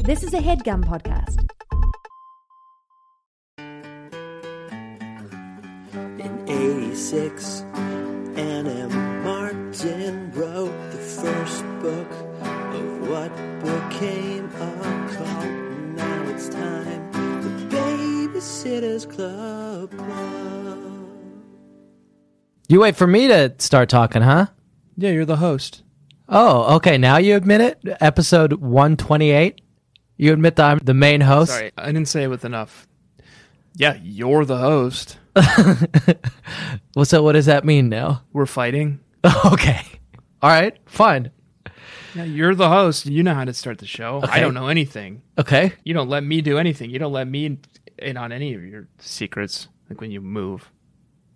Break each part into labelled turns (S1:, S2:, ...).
S1: This is a headgum podcast.
S2: In 86, Anna Martin wrote the first book of what became a cult. Now it's time, the Babysitter's Club.
S3: You wait for me to start talking, huh?
S4: Yeah, you're the host.
S3: Oh, okay. Now you admit it. Episode 128. You admit that I'm the main host.
S4: Sorry, I didn't say it with enough. Yeah, you're the host.
S3: Well, so what does that mean now?
S4: We're fighting.
S3: okay. All right. Fine.
S4: Yeah, you're the host. You know how to start the show. I
S3: Okay.
S4: don't know anything.
S3: Okay.
S4: You don't let me do anything. You don't let me in- in on any of your secrets, like when you move.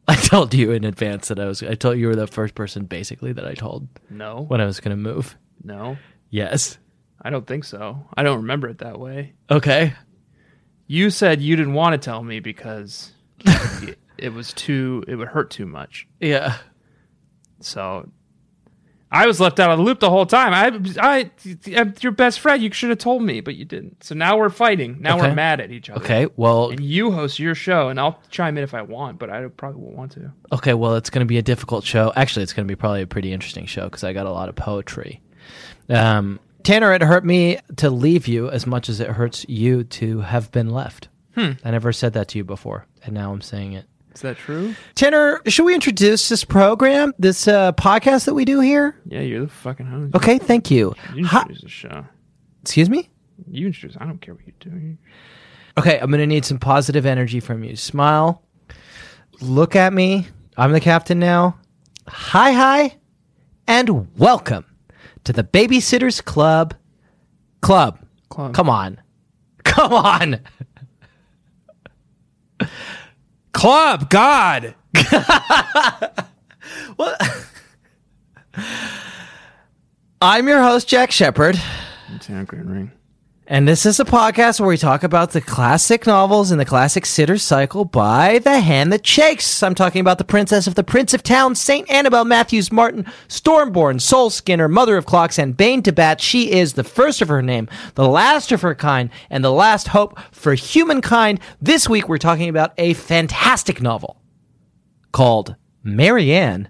S3: I told you in advance that I was. I told you were the first person basically that I told
S4: No,
S3: when I was going to move.
S4: no,
S3: Yes.
S4: I don't think so. I don't remember it that way.
S3: Okay.
S4: You said you didn't want to tell me because it- it was too. It would hurt too much.
S3: Yeah.
S4: So I was left out of the loop the whole time. I, I, I'm your best friend. You should have told me, but you didn't. So now we're fighting. Now
S3: Okay.
S4: we're mad at each other.
S3: Okay. Well.
S4: And you host your show, and I'll chime in if I want, but I probably won't want to.
S3: Okay. Well, it's going to be a difficult show. Actually, it's going to be probably a pretty interesting show because I got a lot of poetry. Um, Tanner, it hurt me to leave you as much as it hurts you to have been left. I never said that to you before, and now I'm saying it.
S4: Is that true?
S3: Tanner, should we introduce this program, this uh, podcast that we do here?
S4: Yeah, you're the fucking host.
S3: Okay, thank you.
S4: You
S3: Hi-
S4: introduce the show.
S3: Excuse me?
S4: You introduce. I don't care what you do.
S3: Okay, I'm going to need some positive energy from you. Smile. Look at me. I'm the captain now. Hi, hi, and welcome to the Babysitters Club. Club.
S4: Club.
S3: Come on. Come on. Club, God. well, I'm your host, Jack Shepard.
S4: It's not Green Ring.
S3: And this is a podcast where we talk about the classic novels in the classic sitter cycle by the hand that shakes. I'm talking about The Princess of the Prince of Town, St. Annabel Matthews Martin, Stormborn, Soul Skinner, Mother of Clocks, and Bane to Bat. She is the first of her name, the last of her kind, and the last hope for humankind. This week we're talking about a fantastic novel called Marianne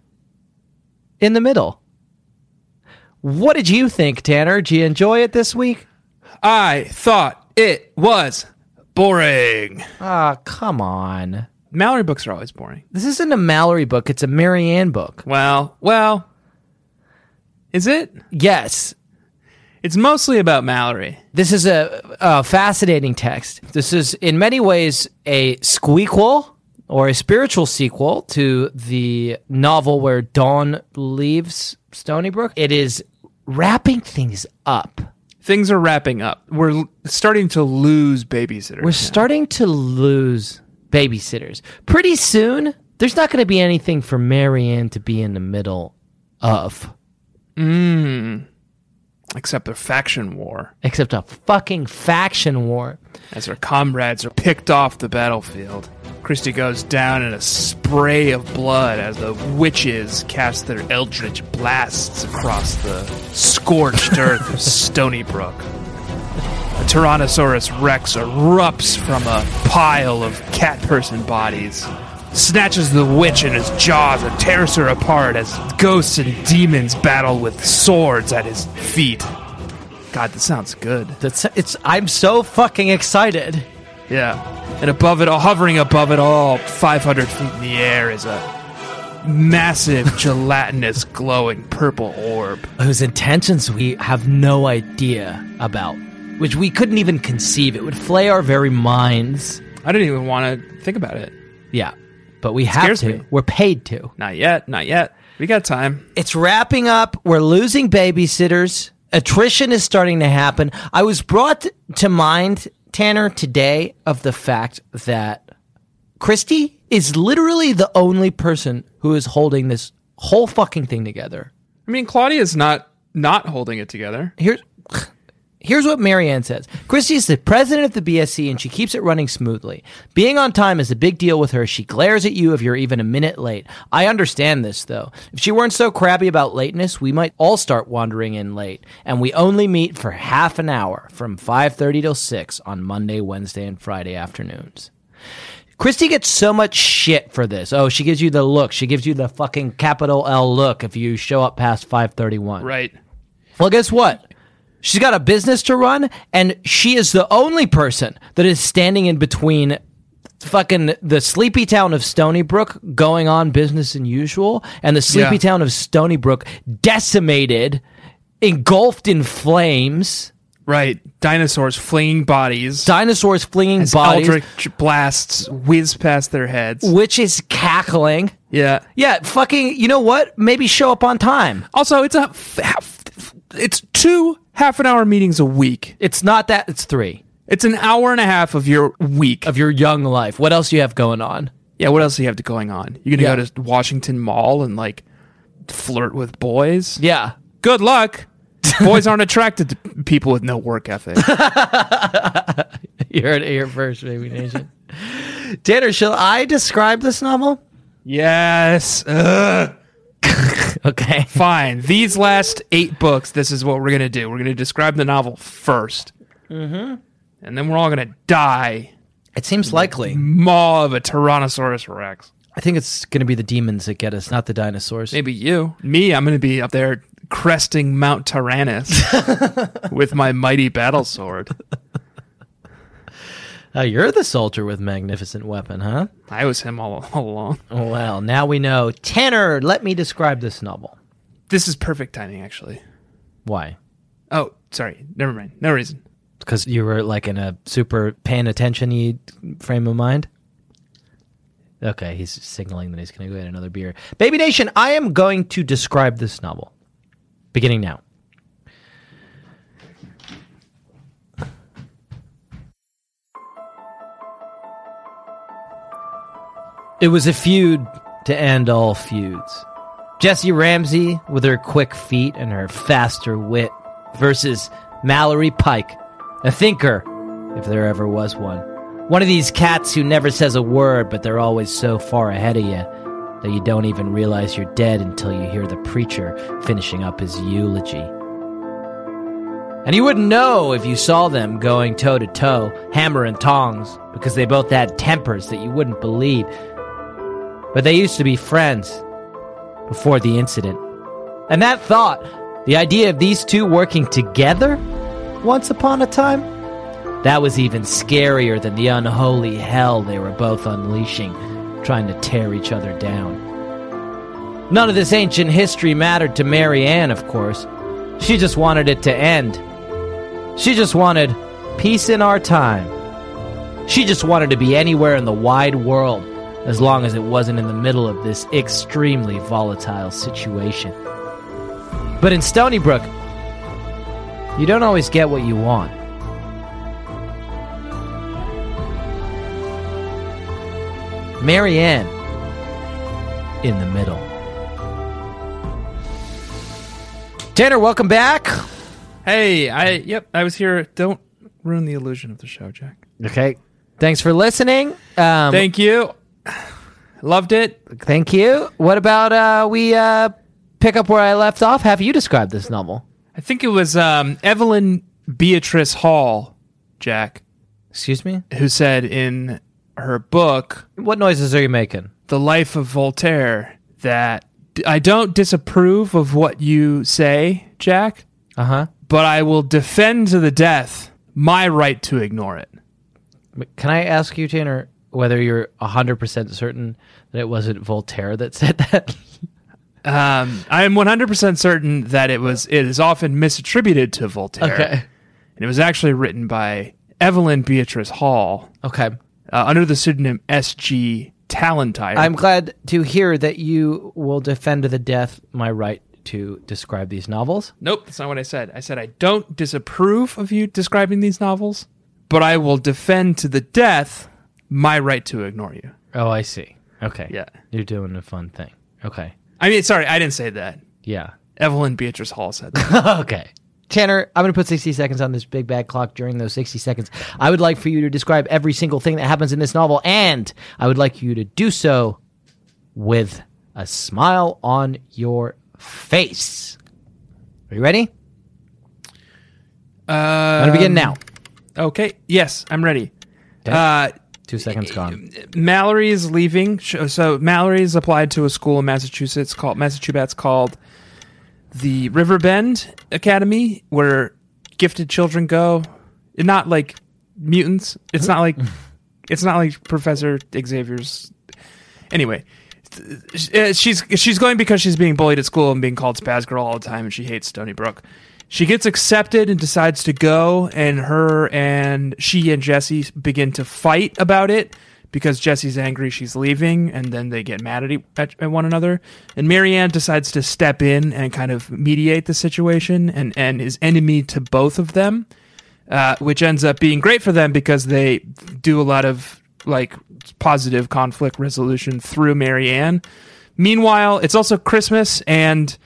S3: in the Middle. What did you think, Tanner? Did you enjoy it this week?
S4: I thought it was boring.
S3: Ah, come on.
S4: Mallory books are always boring.
S3: This isn't a Mallory book, it's a Marianne book.
S4: Well, well. Is it?
S3: Yes.
S4: It's mostly about Mallory.
S3: This is a, a fascinating text. This is, in many ways, a squeakquel or a spiritual sequel to the novel where Dawn leaves Stony Brook. It is wrapping things up.
S4: things are wrapping up. We're l- starting to lose babysitters.
S3: We're starting to lose babysitters. Pretty soon, there's not going to be anything for Marianne to be in the middle of.
S4: except their faction war
S3: except a fucking faction war.
S4: as their comrades are picked off the battlefield. Christie goes down in a spray of blood as the witches cast their eldritch blasts across the scorched earth of Stony Brook. A Tyrannosaurus Rex erupts from a pile of cat person bodies, snatches the witch in his jaws and tears her apart as ghosts and demons battle with swords at his feet. God, this sounds good.
S3: That's it's. I'm so fucking excited.
S4: Yeah. And above it all, hovering above it all, 500 feet in the air, is a massive, gelatinous, glowing purple orb.
S3: Whose intentions we have no idea about, which we couldn't even conceive. It would flay our very minds.
S4: I didn't even want to think about it.
S3: Yeah, but we have
S4: scares
S3: to.
S4: me.
S3: We're paid to.
S4: Not yet, not yet. We got time.
S3: It's wrapping up. We're losing babysitters. Attrition is starting to happen. I was brought to mind, Tanner, today of the fact that Christy is literally the only person who is holding this whole fucking thing together.
S4: I mean, Claudia's not not holding it together.
S3: Here's Here's what Marianne says. Christy is the president of the BSC and she keeps it running smoothly. Being on time is a big deal with her. She glares at you if you're even a minute late. I understand this though. If she weren't so crabby about lateness, we might all start wandering in late. And we only meet for half an hour from 5:30 till 6 on Monday, Wednesday, and Friday afternoons. Christy gets so much shit for this. Oh, she gives you the look. She gives you the fucking capital L look if you show up past 5:31.
S4: Right.
S3: Well, guess what? She's got a business to run, and she is the only person that is standing in between fucking the sleepy town of Stony Brook going on business than usual and the sleepy
S4: Yeah.
S3: town of Stony Brook decimated, engulfed in flames,
S4: Right. Dinosaurs flinging bodies.
S3: dinosaurs flinging
S4: as
S3: bodies,
S4: Eldritch blasts whiz past their heads.
S3: witches cackling.
S4: yeah.
S3: Yeah, fucking, you know what? Maybe show up on time.
S4: Also, it's a f- half, it's two half an hour meetings a week.
S3: It's not that, it's three
S4: It's an hour and a half of your week.
S3: of your young life. What else do you have going on?
S4: yeah. What else do you have to going on? You're gonna
S3: Yeah.
S4: go to Washington Mall and like flirt with boys.
S3: Yeah.
S4: Good luck. boys aren't attracted to people with no work ethic.
S3: You heard it here first, Baby Nation. Tanner, shall I describe this novel?
S4: yes. Ugh.
S3: Okay.
S4: Fine. These last eight books, this is what we're going to do. We're going to describe the novel 1st Mm-hmm. And then we're all going to die.
S3: It seems likely.
S4: Maw of a Tyrannosaurus Rex.
S3: I think it's going to be the demons that get us, not the dinosaurs.
S4: Maybe you. Me, I'm going to be up there cresting Mount Tyrannus with my mighty battle sword.
S3: Uh, you're the soldier with magnificent weapon, huh?
S4: I was him all, all along.
S3: Well, now we know. Tanner, let me describe this novel.
S4: This is perfect timing, actually.
S3: Why?
S4: Oh, sorry. Never mind. No reason.
S3: Because you were like in a super paying attention y frame of mind? Okay, he's signaling that he's going to go get another beer. Baby Nation, I am going to describe this novel beginning now. It was a feud to end all feuds. Jessie Ramsey with her quick feet and her faster wit versus Mallory Pike, a thinker, if there ever was one. One of these cats who never says a word, but they're always so far ahead of you that you don't even realize you're dead until you hear the preacher finishing up his eulogy. And you wouldn't know if you saw them going toe to toe, hammer and tongs, because they both had tempers that you wouldn't believe. But they used to be friends before the incident. And that thought, the idea of these two working together once upon a time, that was even scarier than the unholy hell they were both unleashing, trying to tear each other down. None of this ancient history mattered to Mary Ann, of course. She just wanted it to end. She just wanted peace in our time. She just wanted to be anywhere in the wide world, as long as it wasn't in the middle of this extremely volatile situation. But in Stony Brook, you don't always get what you want. Marianne in the middle. Tanner, welcome back.
S4: Hey, I, yep, I was here. Don't ruin the illusion of the show, Jack.
S3: Okay. Thanks for listening. Um,
S4: Thank you. Loved it.
S3: Thank you. What about uh, we uh, pick up where I left off? Have you described this novel?
S4: I think it was um, Evelyn Beatrice Hall, Jack,
S3: Excuse me?
S4: who said in her book,
S3: What noises are you making?
S4: The Life of Voltaire, that I don't disapprove of what you say, Jack,
S3: Uh huh.
S4: but I will defend to the death my right to ignore it.
S3: Can I ask you, Tanner, whether you're 100% certain that it wasn't Voltaire that said that?
S4: Um, I am 100% certain that it was it is often misattributed to Voltaire.
S3: Okay.
S4: And it was actually written by Evelyn Beatrice Hall
S3: okay.
S4: uh, under the pseudonym S.G. Talentire.
S3: I'm glad to hear that you will defend to the death my right to describe these novels.
S4: Nope, that's not what I said. I said I don't disapprove of you describing these novels, but I will defend to the death my right to ignore you.
S3: Oh, I see. Okay.
S4: Yeah.
S3: You're doing a fun thing. Okay.
S4: I mean, sorry, I didn't say that.
S3: Yeah.
S4: Evelyn Beatrice Hall said that.
S3: okay. Tanner, I'm going to put 60 seconds on this big bad clock. During those 60 seconds, I would like for you to describe every single thing that happens in this novel, and I would like you to do so with a smile on your face. Are you ready? Um,
S4: Uh,
S3: I'm going to begin now.
S4: Okay. Yes, I'm ready.
S3: Okay.
S4: Uh,
S3: Two seconds gone.
S4: Mallory is leaving. Sh- So Mallory is applied to a school in Massachusetts called Massachusetts called the Riverbend Academy, where gifted children go. Not like mutants. It's not like it's not like Professor Xavier's. Anyway, sh- uh, she's she's going because she's being bullied at school and being called spaz girl all the time, and she hates Stony Brook. She gets accepted and decides to go, and her and she and Jesse begin to fight about it because Jesse's angry she's leaving, and then they get mad at, e- at, at one another. And Marianne decides to step in and kind of mediate the situation and, and is enemy to both of them uh, which ends up being great for them because they do a lot of like positive conflict resolution through Marianne. Meanwhile, it's also Christmas and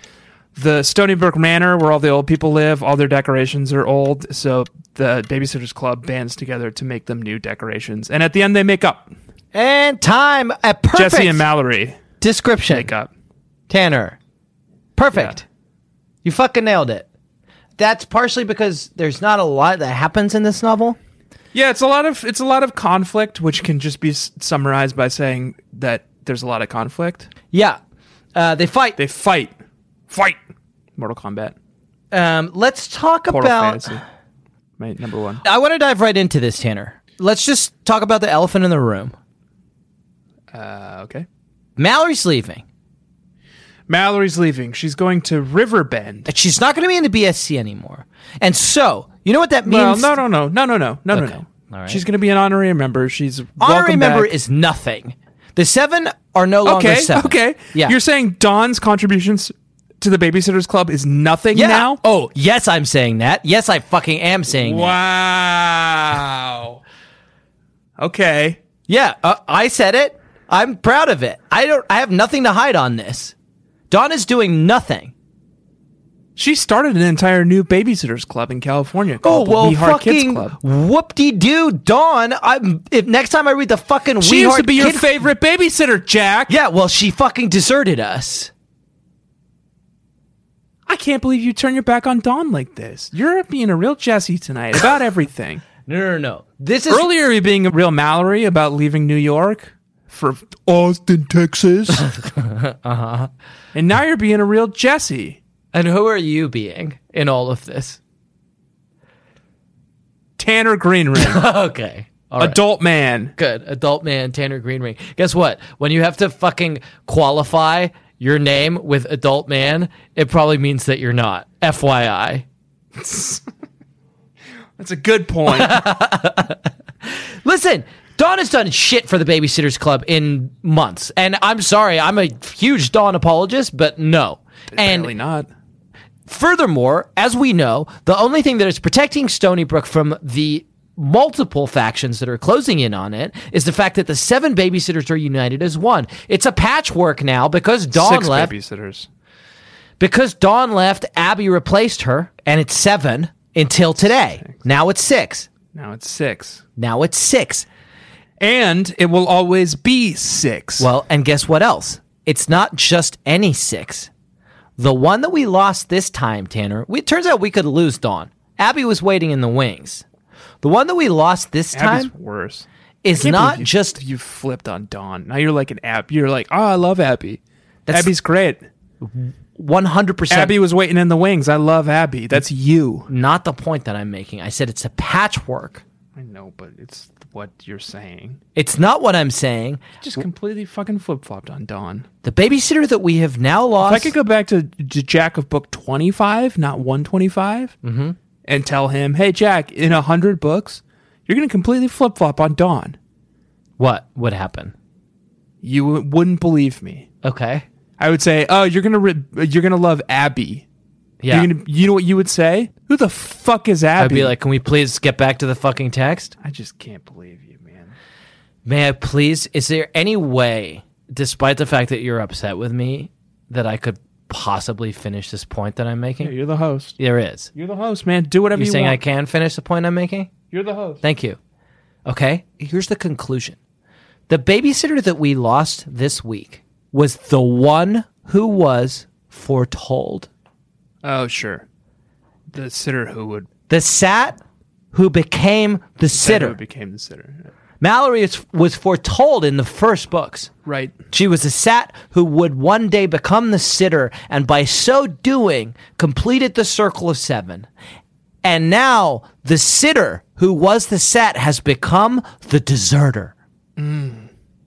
S4: the Stony Brook Manor, where all the old people live, all their decorations are old. So the Babysitters Club bands together to make them new decorations, and at the end they make up.
S3: And time. A perfect
S4: eh, Jesse and Mallory
S3: description.
S4: make up.
S3: Tanner. Perfect.
S4: Yeah.
S3: You fucking nailed it. That's partially because there's not a lot that happens in this novel.
S4: Yeah, it's a lot of it's a lot of conflict, which can just be s- summarized by saying that there's a lot of conflict.
S3: Yeah. Uh, they fight.
S4: They fight, fight, Mortal Kombat.
S3: um, let's talk
S4: Portal
S3: about.
S4: Fantasy. My number one.
S3: I want to dive right into this, Tanner. Let's just talk about the elephant in the room.
S4: Uh, okay.
S3: Mallory's leaving.
S4: Mallory's leaving. She's going to Riverbend.
S3: That She's not going to be in the BSC anymore. And so, you know what that
S4: Well,
S3: means?
S4: no, no, no, no, no, no, no, no,
S3: Okay.
S4: no.
S3: All right.
S4: She's going to be an honorary member. She's
S3: Honorary
S4: welcome
S3: member
S4: back.
S3: is nothing. The seven are no longer
S4: okay.
S3: seven.
S4: Okay.
S3: Yeah.
S4: You're saying Dawn's contributions to the Babysitters Club is nothing
S3: yeah.
S4: now?
S3: Oh, yes, I'm saying that. Yes, I fucking am saying that.
S4: Wow. okay.
S3: Yeah, uh, I said it. I'm proud of it. I don't. I have nothing to hide on this. Dawn is doing nothing.
S4: She started an entire new Babysitters Club in California
S3: Oh
S4: called the
S3: well,
S4: We Heart Kids
S3: fucking
S4: Club.
S3: whoop de doo, Dawn. I'm. If next time I read the fucking
S4: She
S3: we
S4: used
S3: Heart
S4: to be your
S3: Kid-
S4: favorite babysitter, Jack.
S3: Yeah, well, she fucking deserted us.
S4: I can't believe you turn your back on Dawn like this. You're being a real Jesse tonight about everything.
S3: No, no, no. This is
S4: Earlier, you're being a real Mallory about leaving New York for Austin, Texas. uh-huh. And now you're being a real Jesse.
S3: And who are you being in all of this?
S4: Tanner Greenring,
S3: Okay. All right.
S4: adult man.
S3: Good. Adult man, Tanner Greenring. Guess what? When you have to fucking qualify your name with adult man, it probably means that you're not. FYI.
S4: That's a good point.
S3: Listen, Dawn has done shit for the Babysitters Club in months. And I'm sorry, I'm a huge Dawn apologist, but no. And
S4: Apparently not.
S3: Furthermore, as we know, the only thing that is protecting Stony Brook from the multiple factions that are closing in on it is the fact that the seven babysitters are united as one. It's a patchwork now because Dawn
S4: Six
S3: left.
S4: babysitters.
S3: Because Dawn left, Abby replaced her, and it's seven until today. Now it's six.
S4: Now it's six.
S3: Now it's six.
S4: And it will always be six.
S3: Well, and guess what else? It's not just any six. The one that we lost this time, Tanner, we, it turns out we could lose Dawn. Abby was waiting in the wings. The one that we lost this
S4: Abby's
S3: time
S4: worse.
S3: is
S4: can't
S3: not
S4: believe you-
S3: just
S4: you flipped on Dawn. Now you're like an app. You're like, oh, I love Abby.
S3: That's-
S4: Abby's great.
S3: 100%
S4: Abby was waiting in the wings. I love Abby. That's you.
S3: not the point that I'm making. I said it's a patchwork.
S4: I know, but it's what you're saying.
S3: It's not what I'm saying.
S4: Just completely fucking flip flopped on Dawn.
S3: The babysitter that we have now
S4: If
S3: lost.
S4: I could go back to J- Jack of book 25, not 125,
S3: Mm-hmm.
S4: and tell him, hey, Jack, in 100 books, you're going to completely flip flop on Dawn.
S3: what would happen?
S4: You w- wouldn't believe me.
S3: Okay.
S4: I would say, oh, you're going to re- you're going to love Abby.
S3: Yeah.
S4: You're gonna, you know what you would say? Who the fuck is Abby?
S3: I'd be like, can we please get back to the fucking text?
S4: I just can't believe you, man.
S3: May I please? Is there any way, despite the fact that you're upset with me, that I could possibly finish this point that I'm making?
S4: you're the host.
S3: There is.
S4: You're the host, man. Do whatever
S3: You're
S4: you
S3: saying
S4: want.
S3: I can finish the point I'm making?
S4: You're the host.
S3: Thank you. Okay, here's the conclusion. The babysitter that we lost this week was the one who was foretold.
S4: Oh, sure. The sitter who would
S3: The sat who became the
S4: who
S3: sitter.
S4: became the sitter.
S3: Mallory is, was foretold in the first books.
S4: Right.
S3: She was a sat who would one day become the sitter, and by so doing, completed the circle of seven. And now the sitter who was the sat has become the deserter.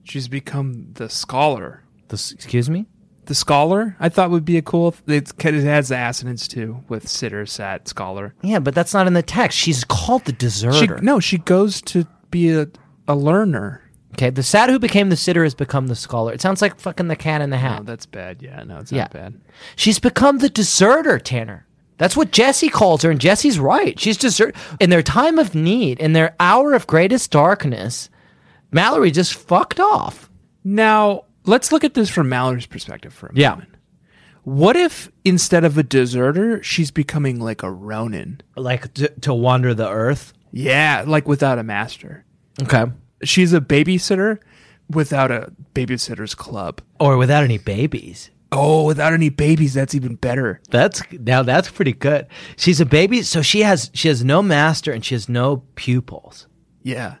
S4: She's become the scholar.
S3: The, s- excuse me?
S4: The scholar I thought would be a cool. It, it has the assonance too with sitter, sat, scholar.
S3: Yeah, but that's not in the text. She's called the
S4: She,
S3: deserter.
S4: no, she goes to be a, a learner.
S3: Okay, the sat who became the sitter has become the scholar. It sounds like fucking the cat in the hat.
S4: Oh, that's bad. Yeah, no, it's
S3: Yeah.
S4: not bad.
S3: She's become the deserter, Tanner. That's what Jesse calls her, and Jesse's right. She's desert in their time of need, in their hour of greatest darkness. Mallory just fucked off.
S4: Now, let's look at this from Mallory's perspective for a moment. What if instead of a deserter, she's becoming like a Ronin?
S3: like to, to wander the earth.
S4: Yeah, like without a master.
S3: Okay,
S4: She's a babysitter without a babysitter's club.
S3: or without any babies.
S4: Oh, without any babies, that's even better.
S3: That's now that's pretty good. She's a baby, so she has she has no master and she has no pupils.
S4: Yeah,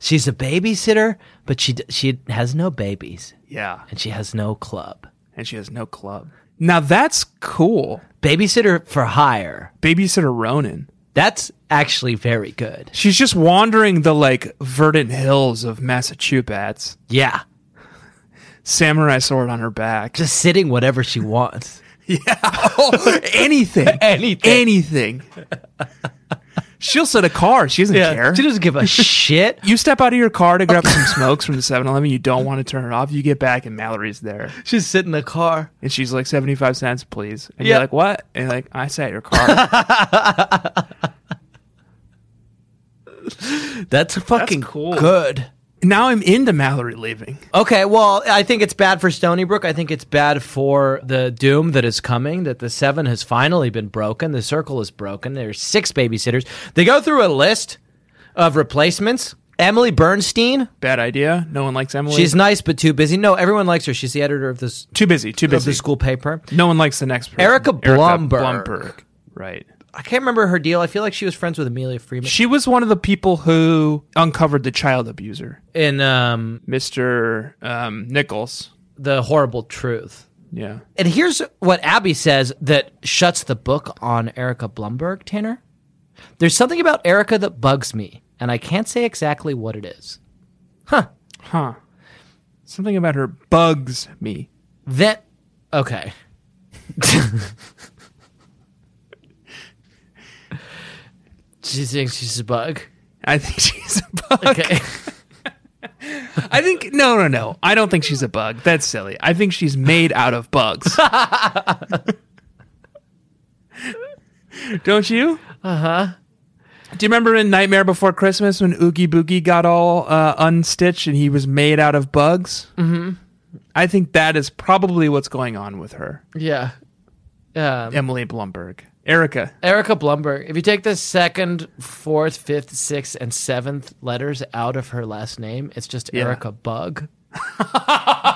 S3: She's a babysitter, but she d- she has no babies
S4: yeah.
S3: and she has no club.
S4: And she has no club. Now that's cool.
S3: Babysitter for hire.
S4: Babysitter Ronin.
S3: That's actually very good.
S4: She's just wandering the like verdant hills of Massachusetts,
S3: Yeah.
S4: samurai sword on her back.
S3: Just sitting whatever she wants.
S4: anything.
S3: Anything.
S4: Anything. She'll sit a car. She doesn't care.
S3: She doesn't give a shit.
S4: you step out of your car to grab some smokes from the 7 Eleven. You don't want to turn it off. You get back, and Mallory's there.
S3: She's sitting in the car.
S4: And she's like, 75 cents, please. And
S3: Yeah.
S4: you're like, what? And you're like, I sat your car.
S3: That's fucking
S4: cool.
S3: good.
S4: now I'm into Mallory leaving.
S3: Okay, well, I think it's bad for Stony Brook. I think it's bad for the doom that is coming, that the seven has finally been broken. The circle is broken. There's six babysitters. They go through a list of replacements. Emily Bernstein,
S4: Bad idea. No one likes Emily.
S3: she's nice but too busy. No, everyone likes her. She's the editor of this
S4: too busy. Too
S3: of
S4: busy.
S3: the school paper.
S4: No one likes the next person.
S3: Erica Blumberg.
S4: Blumberg. Right.
S3: I can't remember her deal. I feel like she was friends with Amelia Freeman
S4: She was one of the people who uncovered the child abuser,
S3: in um,
S4: Mr. Um, Nichols.
S3: The Horrible Truth.
S4: Yeah.
S3: And here's what Abby says that shuts the book on Erica Blumberg, Tanner. There's something about Erica that bugs me, and I can't say exactly what it is.
S4: Huh. Something about her bugs me.
S3: That, okay. she thinks she's a bug.
S4: I think she's a bug.
S3: Okay.
S4: I think no, no, no. I don't think she's a bug. That's silly. I think she's made out of bugs. don't you? Uh huh. Do you remember in Nightmare Before Christmas when Oogie Boogie got all uh, unstitched and he was made out of bugs? Mm-hmm. I think that is probably what's going on with her,
S3: yeah. Um,
S4: Emily Blumberg, Erica.
S3: Erica Blumberg, if you take the second, fourth, fifth, sixth, and seventh letters out of her last name, it's just
S4: Yeah.
S3: Erica Bug.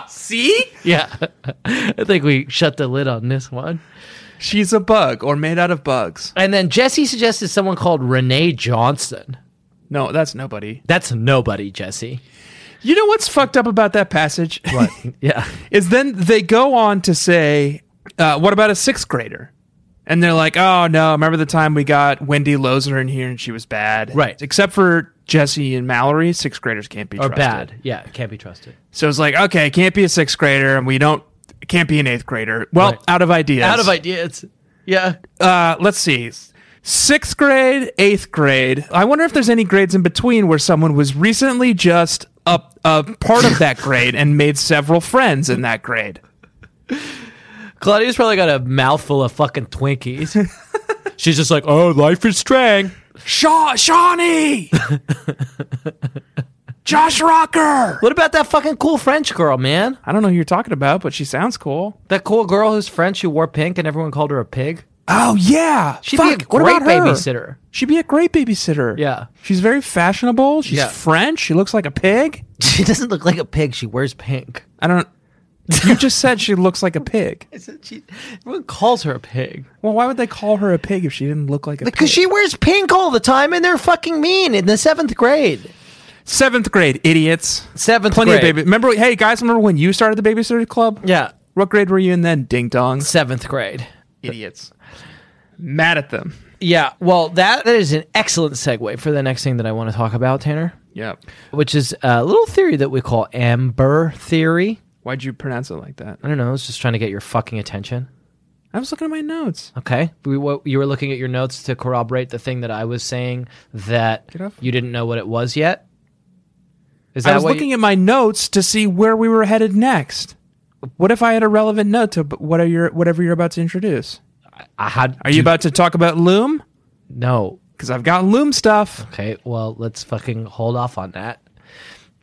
S4: See,
S3: Yeah. I think we shut the lid on this one.
S4: she's a bug or made out of bugs.
S3: And then Jesse suggested someone called Renee Johnson.
S4: No, that's nobody.
S3: That's nobody, Jesse.
S4: You know what's fucked up about that passage? What?
S3: Yeah.
S4: is then they go on to say, uh, what about a sixth grader? And they're like, oh no, remember the time we got Wendy Lozer in here and she was bad?
S3: Right.
S4: Except for Jesse and Mallory, sixth graders can't be
S3: Or
S4: trusted.
S3: bad. Yeah. Can't be trusted.
S4: So it's like, okay, can't be a sixth grader and we don't, can't be an eighth grader. Well,
S3: Right.
S4: out of ideas.
S3: Out of ideas. Yeah.
S4: Uh, let's see. Sixth grade, eighth grade. I wonder if there's any grades in between where someone was recently just a, a part of that grade and made several friends in that grade.
S3: Claudia's probably got a mouthful of fucking Twinkies. She's just like, oh, life is strange.
S4: Shaw Shawnee Josh Rocker.
S3: What about that fucking cool French girl, man?
S4: I don't know who you're talking about, but she sounds cool.
S3: That cool girl who's French who wore pink and everyone called her a pig?
S4: Oh yeah,
S3: She'd
S4: Fuck,
S3: be a
S4: what
S3: great
S4: about her?
S3: babysitter.
S4: She'd be a great babysitter.
S3: Yeah.
S4: she's very fashionable. She's
S3: Yeah.
S4: French. She looks like a pig.
S3: She doesn't look like a pig. She wears pink.
S4: I don't. You just said she looks like a pig.
S3: She, everyone calls her a pig.
S4: Well, why would they call her a pig if she didn't look like a pig?
S3: Because she wears pink all the time and they're fucking mean in the seventh grade.
S4: seventh grade idiots.
S3: Seventh
S4: Plenty
S3: grade.
S4: of baby. Remember, hey guys, remember when you started the babysitter club?
S3: Yeah.
S4: What grade were you in then? Ding dong.
S3: Seventh grade.
S4: Idiots. Mad at them.
S3: Yeah. Well, that, that is an excellent segue for the next thing that I want to talk about, Tanner,
S4: Yep.
S3: which is a little theory that we call amber theory.
S4: Why'd you pronounce it like that?
S3: I don't know. I was just trying to get your fucking attention.
S4: I was looking at my notes.
S3: Okay. We, what, you were looking at your notes to corroborate the thing that I was saying that
S4: Get off.
S3: you didn't know what it was yet. Is
S4: I was
S3: what you-
S4: looking at my notes to see where we were headed next. What if I had a relevant note to b- what are your whatever you're about to introduce?
S3: I had,
S4: Are you about to talk about Loom?
S3: No.
S4: Because I've got Loom stuff.
S3: Okay. Well, let's fucking hold off on that.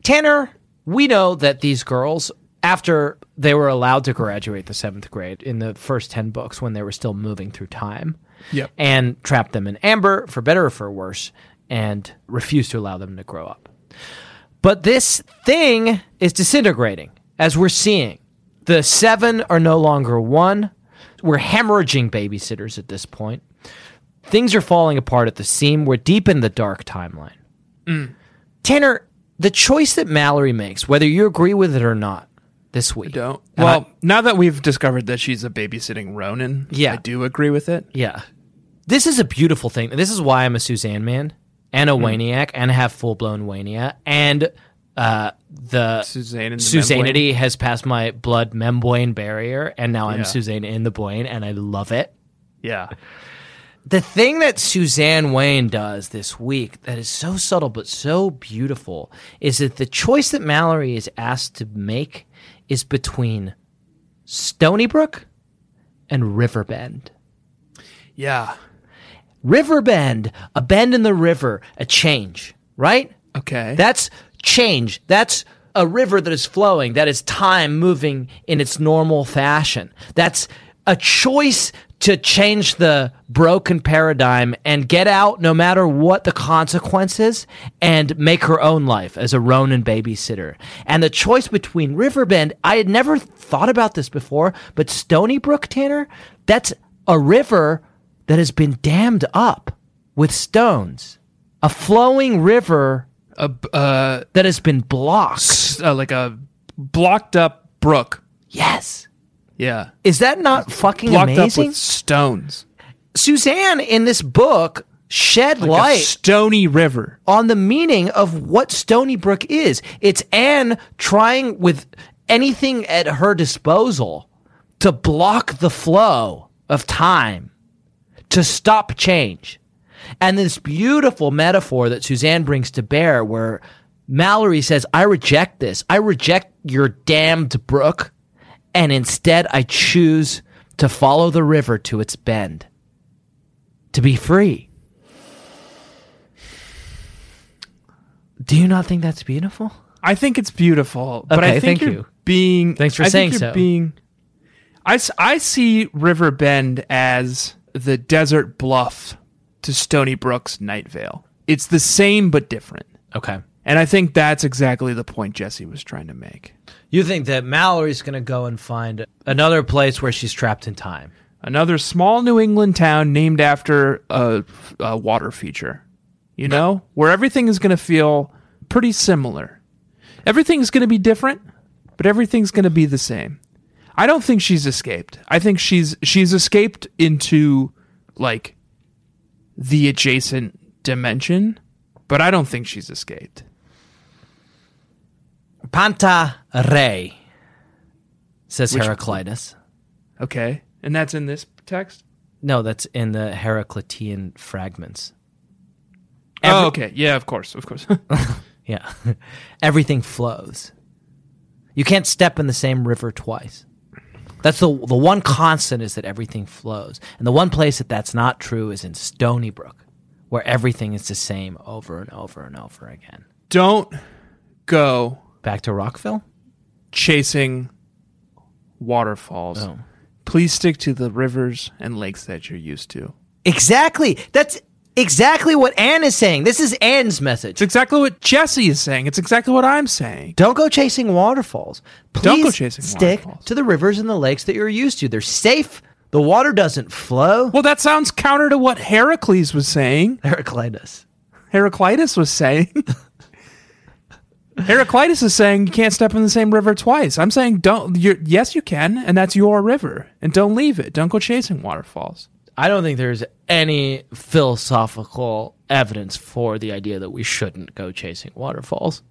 S3: Tanner, we know that these girls, after they were allowed to graduate the seventh grade in the first 10 books when they were still moving through time,
S4: Yep.
S3: and trapped them in amber, for better or for worse, and refused to allow them to grow up. But this thing is disintegrating, as we're seeing. The seven are no longer one. We're hemorrhaging babysitters at this point. Things are falling apart at the seam. We're deep in the dark timeline.
S4: Mm.
S3: Tanner, the choice that Mallory makes, whether you agree with it or not, this week.
S4: Don't.
S3: and
S4: Well,
S3: I-
S4: now that we've discovered that she's a babysitting Ronin,
S3: Yeah.
S4: I do agree with it.
S3: Yeah. This is a beautiful thing. This is why I'm a Suzanne man and a
S4: Mm-hmm.
S3: Waniac and have full blown Wania. And uh, the
S4: Suzanne in the
S3: Suzanity has passed my blood membrane barrier. And now I'm
S4: Yeah.
S3: Suzanne in the brain and I love it.
S4: Yeah.
S3: The thing that Suzanne Wayne does this week that is so subtle but so beautiful is that the choice that Mallory is asked to make is between Stony Brook and Riverbend.
S4: Yeah.
S3: river bend, a bend in the river, a change, right?
S4: Okay.
S3: That's change. That's a river that is flowing, that is time moving in its normal fashion. That's a choice to change the broken paradigm and get out no matter what the consequences and make her own life as a Ronin babysitter. And the choice between Riverbend, I had never thought about this before, but Stony Brook Tanner, that's a river that has been dammed up with stones. A flowing river
S4: a b- uh,
S3: that has been blocked.
S4: s- uh, like a blocked up brook.
S3: Yes.
S4: Yeah.
S3: Is that not fucking
S4: Blocked
S3: amazing?
S4: up with stones.
S3: Suzanne in this book shed
S4: Like a
S3: light
S4: stony river.
S3: on the meaning of what Stony Brook is. It's Anne trying with anything at her disposal to block the flow of time, to stop change. And this beautiful metaphor that Suzanne brings to bear, where Mallory says, I reject this. I reject your damned brook. And instead, I choose to follow the river to its bend, to be free. Do you not think that's beautiful?
S4: I think it's beautiful, but I
S3: Okay,
S4: think
S3: thank
S4: you're
S3: you.
S4: being
S3: Thanks for
S4: I think
S3: saying
S4: you're
S3: so.
S4: Being, I s- I see River Bend as the desert bluff to Stony Brook's Night Vale. It's the same but different,
S3: Okay.
S4: and I think that's exactly the point Jesse was trying to make.
S3: You think that Mallory's going to go and find another place where she's trapped in time.
S4: Another small New England town named after a, a water feature, you know, where everything is going to feel pretty similar. Everything's going to be different, but everything's going to be the same. I don't think she's escaped. I think she's she's escaped into like the adjacent dimension, but I don't think she's escaped.
S3: Panta Rei, says Heraclitus.
S4: Okay, and that's in this text.
S3: No, that's in the Heraclitean fragments. Every-
S4: oh, okay, yeah, of course, of course.
S3: Yeah. Everything flows. You can't step in the same river twice. That's the the one constant is that everything flows. And the one place that that's not true is in Stony Brook, where everything is the same over and over and over again.
S4: don't go
S2: Back to Rockville?
S4: chasing waterfalls.
S2: Oh.
S4: Please stick to the rivers and lakes that you're used to.
S2: Exactly. That's exactly what Anne is saying. This is Anne's message.
S4: It's exactly what Jesse is saying. It's exactly what I'm saying.
S2: Don't go chasing waterfalls. Please
S4: Don't go chasing
S2: stick
S4: waterfalls.
S2: to the rivers and the lakes that you're used to. They're safe. The water doesn't flow.
S4: Well, that sounds counter to what Heracles was saying.
S2: Heraclitus.
S4: Heraclitus was saying. Heraclitus is saying you can't step in the same river twice. I'm saying don't. You're, yes, you can, and that's your river, and don't leave it. Don't go chasing waterfalls.
S3: I don't think there's any philosophical evidence for the idea that we shouldn't go chasing waterfalls.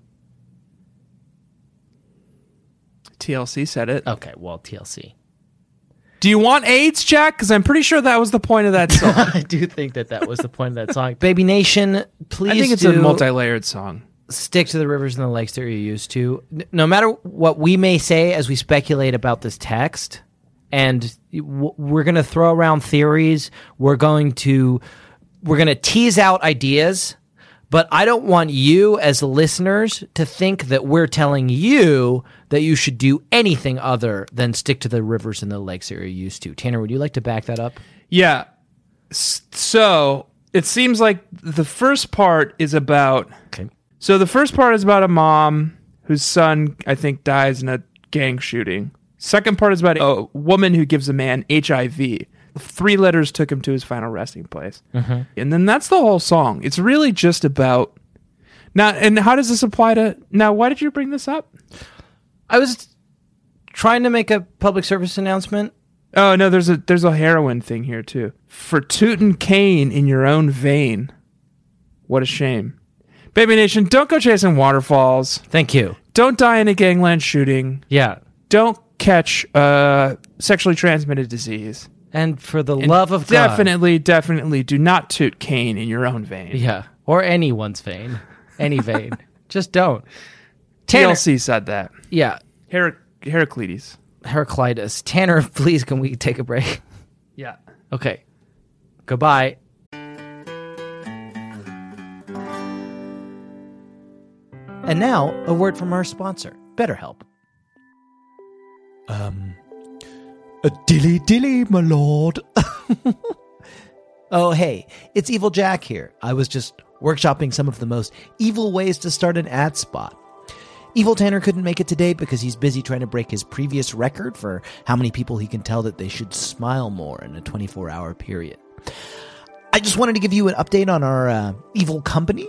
S4: TLC said
S2: Oh.
S4: it.
S3: Okay, well, TLC.
S4: Do you want AIDS, Jack? Because I'm pretty sure that was the point of that song.
S3: I do think that that was the point of that song.
S2: Baby Nation, please
S4: I think it's a
S2: do
S4: multi-layered song.
S2: stick to the rivers and the lakes that you're used to. N- No matter what we may say as we speculate about this text, and w- we're going to throw around theories, we're going to we're going to tease out ideas, but I don't want you as listeners to think that we're telling you that you should do anything other than stick to the rivers and the lakes that you're used to. Tanner, would you like to back that up?
S4: Yeah. S- So it seems like the first part is about.
S2: Okay.
S4: So the first part is about a mom whose son, I think, dies in a gang shooting. Second part is about a woman who gives a man HIV. Three letters took him to his final resting place. And then that's the whole song. It's really just about. Now, and how does this apply to. Now, why did you bring this up?
S2: I was trying to make a public service announcement
S4: Oh no, there's a there's a heroin thing here too. For tootin' cane in your own vein. What a shame. Baby Nation, don't go chasing waterfalls.
S2: Thank you.
S4: Don't die in a gangland shooting.
S2: Yeah.
S4: Don't catch uh sexually transmitted disease.
S2: And for the
S4: And
S2: love of God.
S4: Definitely, definitely do not toot cane in your own vein.
S3: Yeah, or anyone's vein, any vein. Just don't.
S2: Tanner.
S4: TLC said that.
S2: Yeah.
S4: Herac Heraclides.
S2: Heraclitus. Tanner, please, can we take a break?
S4: Yeah.
S2: Okay. Goodbye. And now, a word from our sponsor, BetterHelp. Um, a dilly dilly, my lord. oh, hey, it's Evil Jack here. I was just workshopping some of the most evil ways to start an ad spot. Evil Tanner couldn't make it today because he's busy trying to break his previous record for how many people he can tell that they should smile more in a 24 hour period. I just wanted to give you an update on our uh, evil company,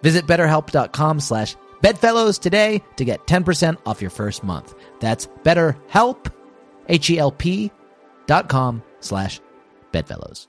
S2: Visit betterhelp.com slash bedfellows today to get 10% off your first month. That's betterhelp, H-E-L-P dot com slash bedfellows.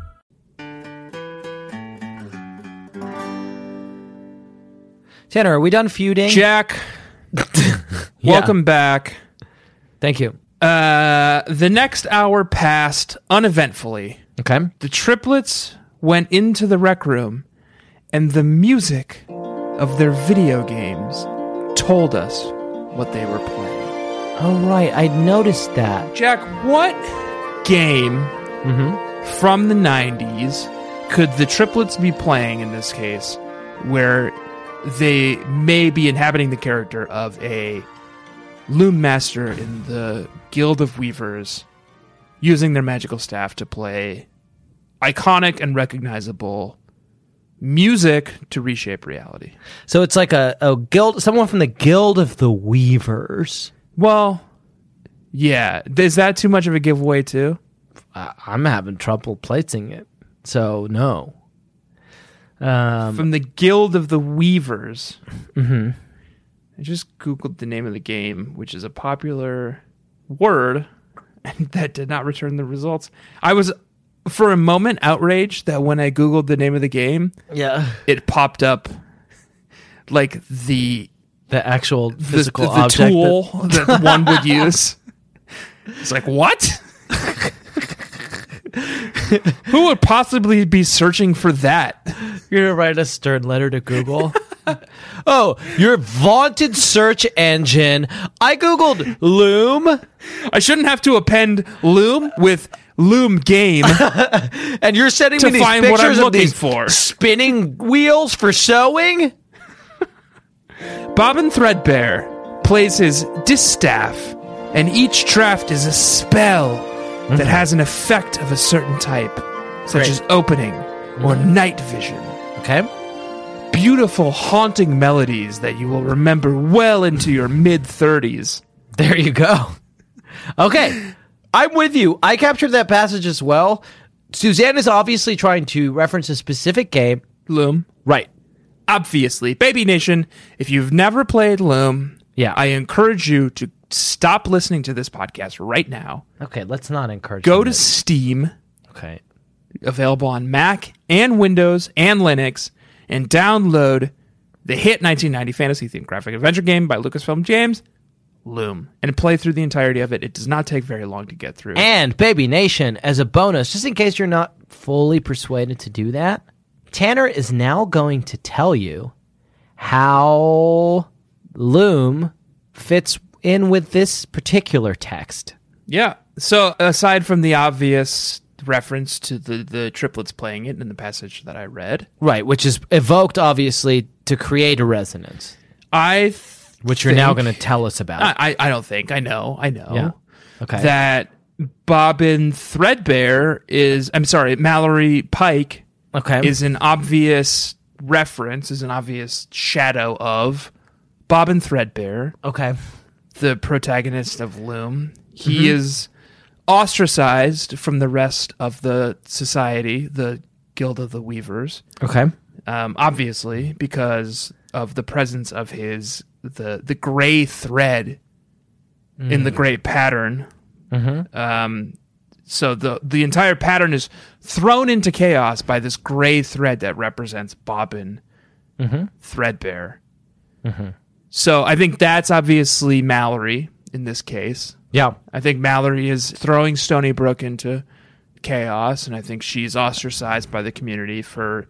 S3: Tanner, are we done feuding?
S4: Jack,
S5: Yeah.
S4: welcome back.
S5: Thank you.
S4: Uh, the next hour passed uneventfully.
S5: Okay.
S4: The triplets went into the rec room, and the music of their video games told us what they were playing.
S5: All right. I noticed that.
S4: Jack, what game from the 90s could the triplets be playing in this case where they may be inhabiting the character of a loom master in the Guild of Weavers using their magical staff to play iconic and recognizable music to reshape reality?
S3: So it's like a, a guild, someone from the Guild of the Weavers.
S4: Well, yeah. Is that too much of a giveaway, too?
S5: I- I'm having trouble placing it. So no. Um,
S4: from the Guild of the Weavers. Mm-hmm. I just googled the name of the game, which is a popular word, and that did not return the results. I was, for a moment, outraged that when I googled the name of the game,
S5: yeah.
S4: it popped up like the
S5: The actual
S4: the,
S5: physical
S4: the
S5: object. that-
S4: tool that, one would use. It's like what? Who would possibly be searching for that?
S5: you're gonna write a stern letter to Google.
S3: Oh, your vaunted search engine. I Googled Loom,
S4: I shouldn't have to append Loom with Loom game.
S3: and you're sending
S4: To
S3: me these
S4: find what I'm
S3: pictures of
S4: looking
S3: these
S4: for.
S3: spinning wheels for sewing?
S4: Bobbin Threadbare plays his distaff, and each draft is a spell that has an effect of a certain type, such
S5: Mm-hmm. Great. Mm-hmm.
S4: as opening or night vision.
S5: okay.
S4: Beautiful, haunting melodies that you will remember well into your mid 30s.
S5: There you go.
S3: Okay, I'm with you. I captured that passage as well. Suzanne is obviously trying to reference a specific game.
S4: Loom.
S5: Right.
S4: Obviously, Baby Nation, if you've never played Loom,
S5: Yeah.
S4: I encourage you to stop listening to this podcast right now.
S5: Okay. Let's not encourage.
S4: Go
S5: them
S4: to Steam.
S5: Okay.
S4: available on Mac and Windows and Linux, and download the hit 1990 fantasy themed graphic adventure game by Lucasfilm James, Loom, and play through the entirety of it. It does not take very long to get through.
S3: And Baby Nation as a bonus, just in case you're not fully persuaded to do that. Tanner is now going to tell you how Loom fits in with this particular text.
S4: yeah. So aside from the obvious reference to the the triplets playing it in the passage that I read,
S5: Right, which is evoked obviously to create a resonance,
S4: I th-
S5: which you're now
S4: think-
S5: going to tell us about.
S4: I I I don't think I know. I know.
S5: Yeah. okay.
S4: That Bobbin Threadbare is I'm sorry, Mallory Pike
S5: okay.
S4: is an obvious reference, is an obvious shadow of Bobbin Threadbare,
S5: okay. Mm-hmm.
S4: the protagonist of Loom. He is ostracized from the rest of the society, the Guild of the Weavers,
S5: Okay.
S4: um, obviously because of the presence of his the the gray thread in the gray pattern. Um, so the the entire pattern is thrown into chaos by this gray thread that represents Bobbin Threadbare. So I think that's obviously Mallory in this case.
S5: Yeah.
S4: I think Mallory is throwing Stony Brook into chaos, and I think she's ostracized by the community for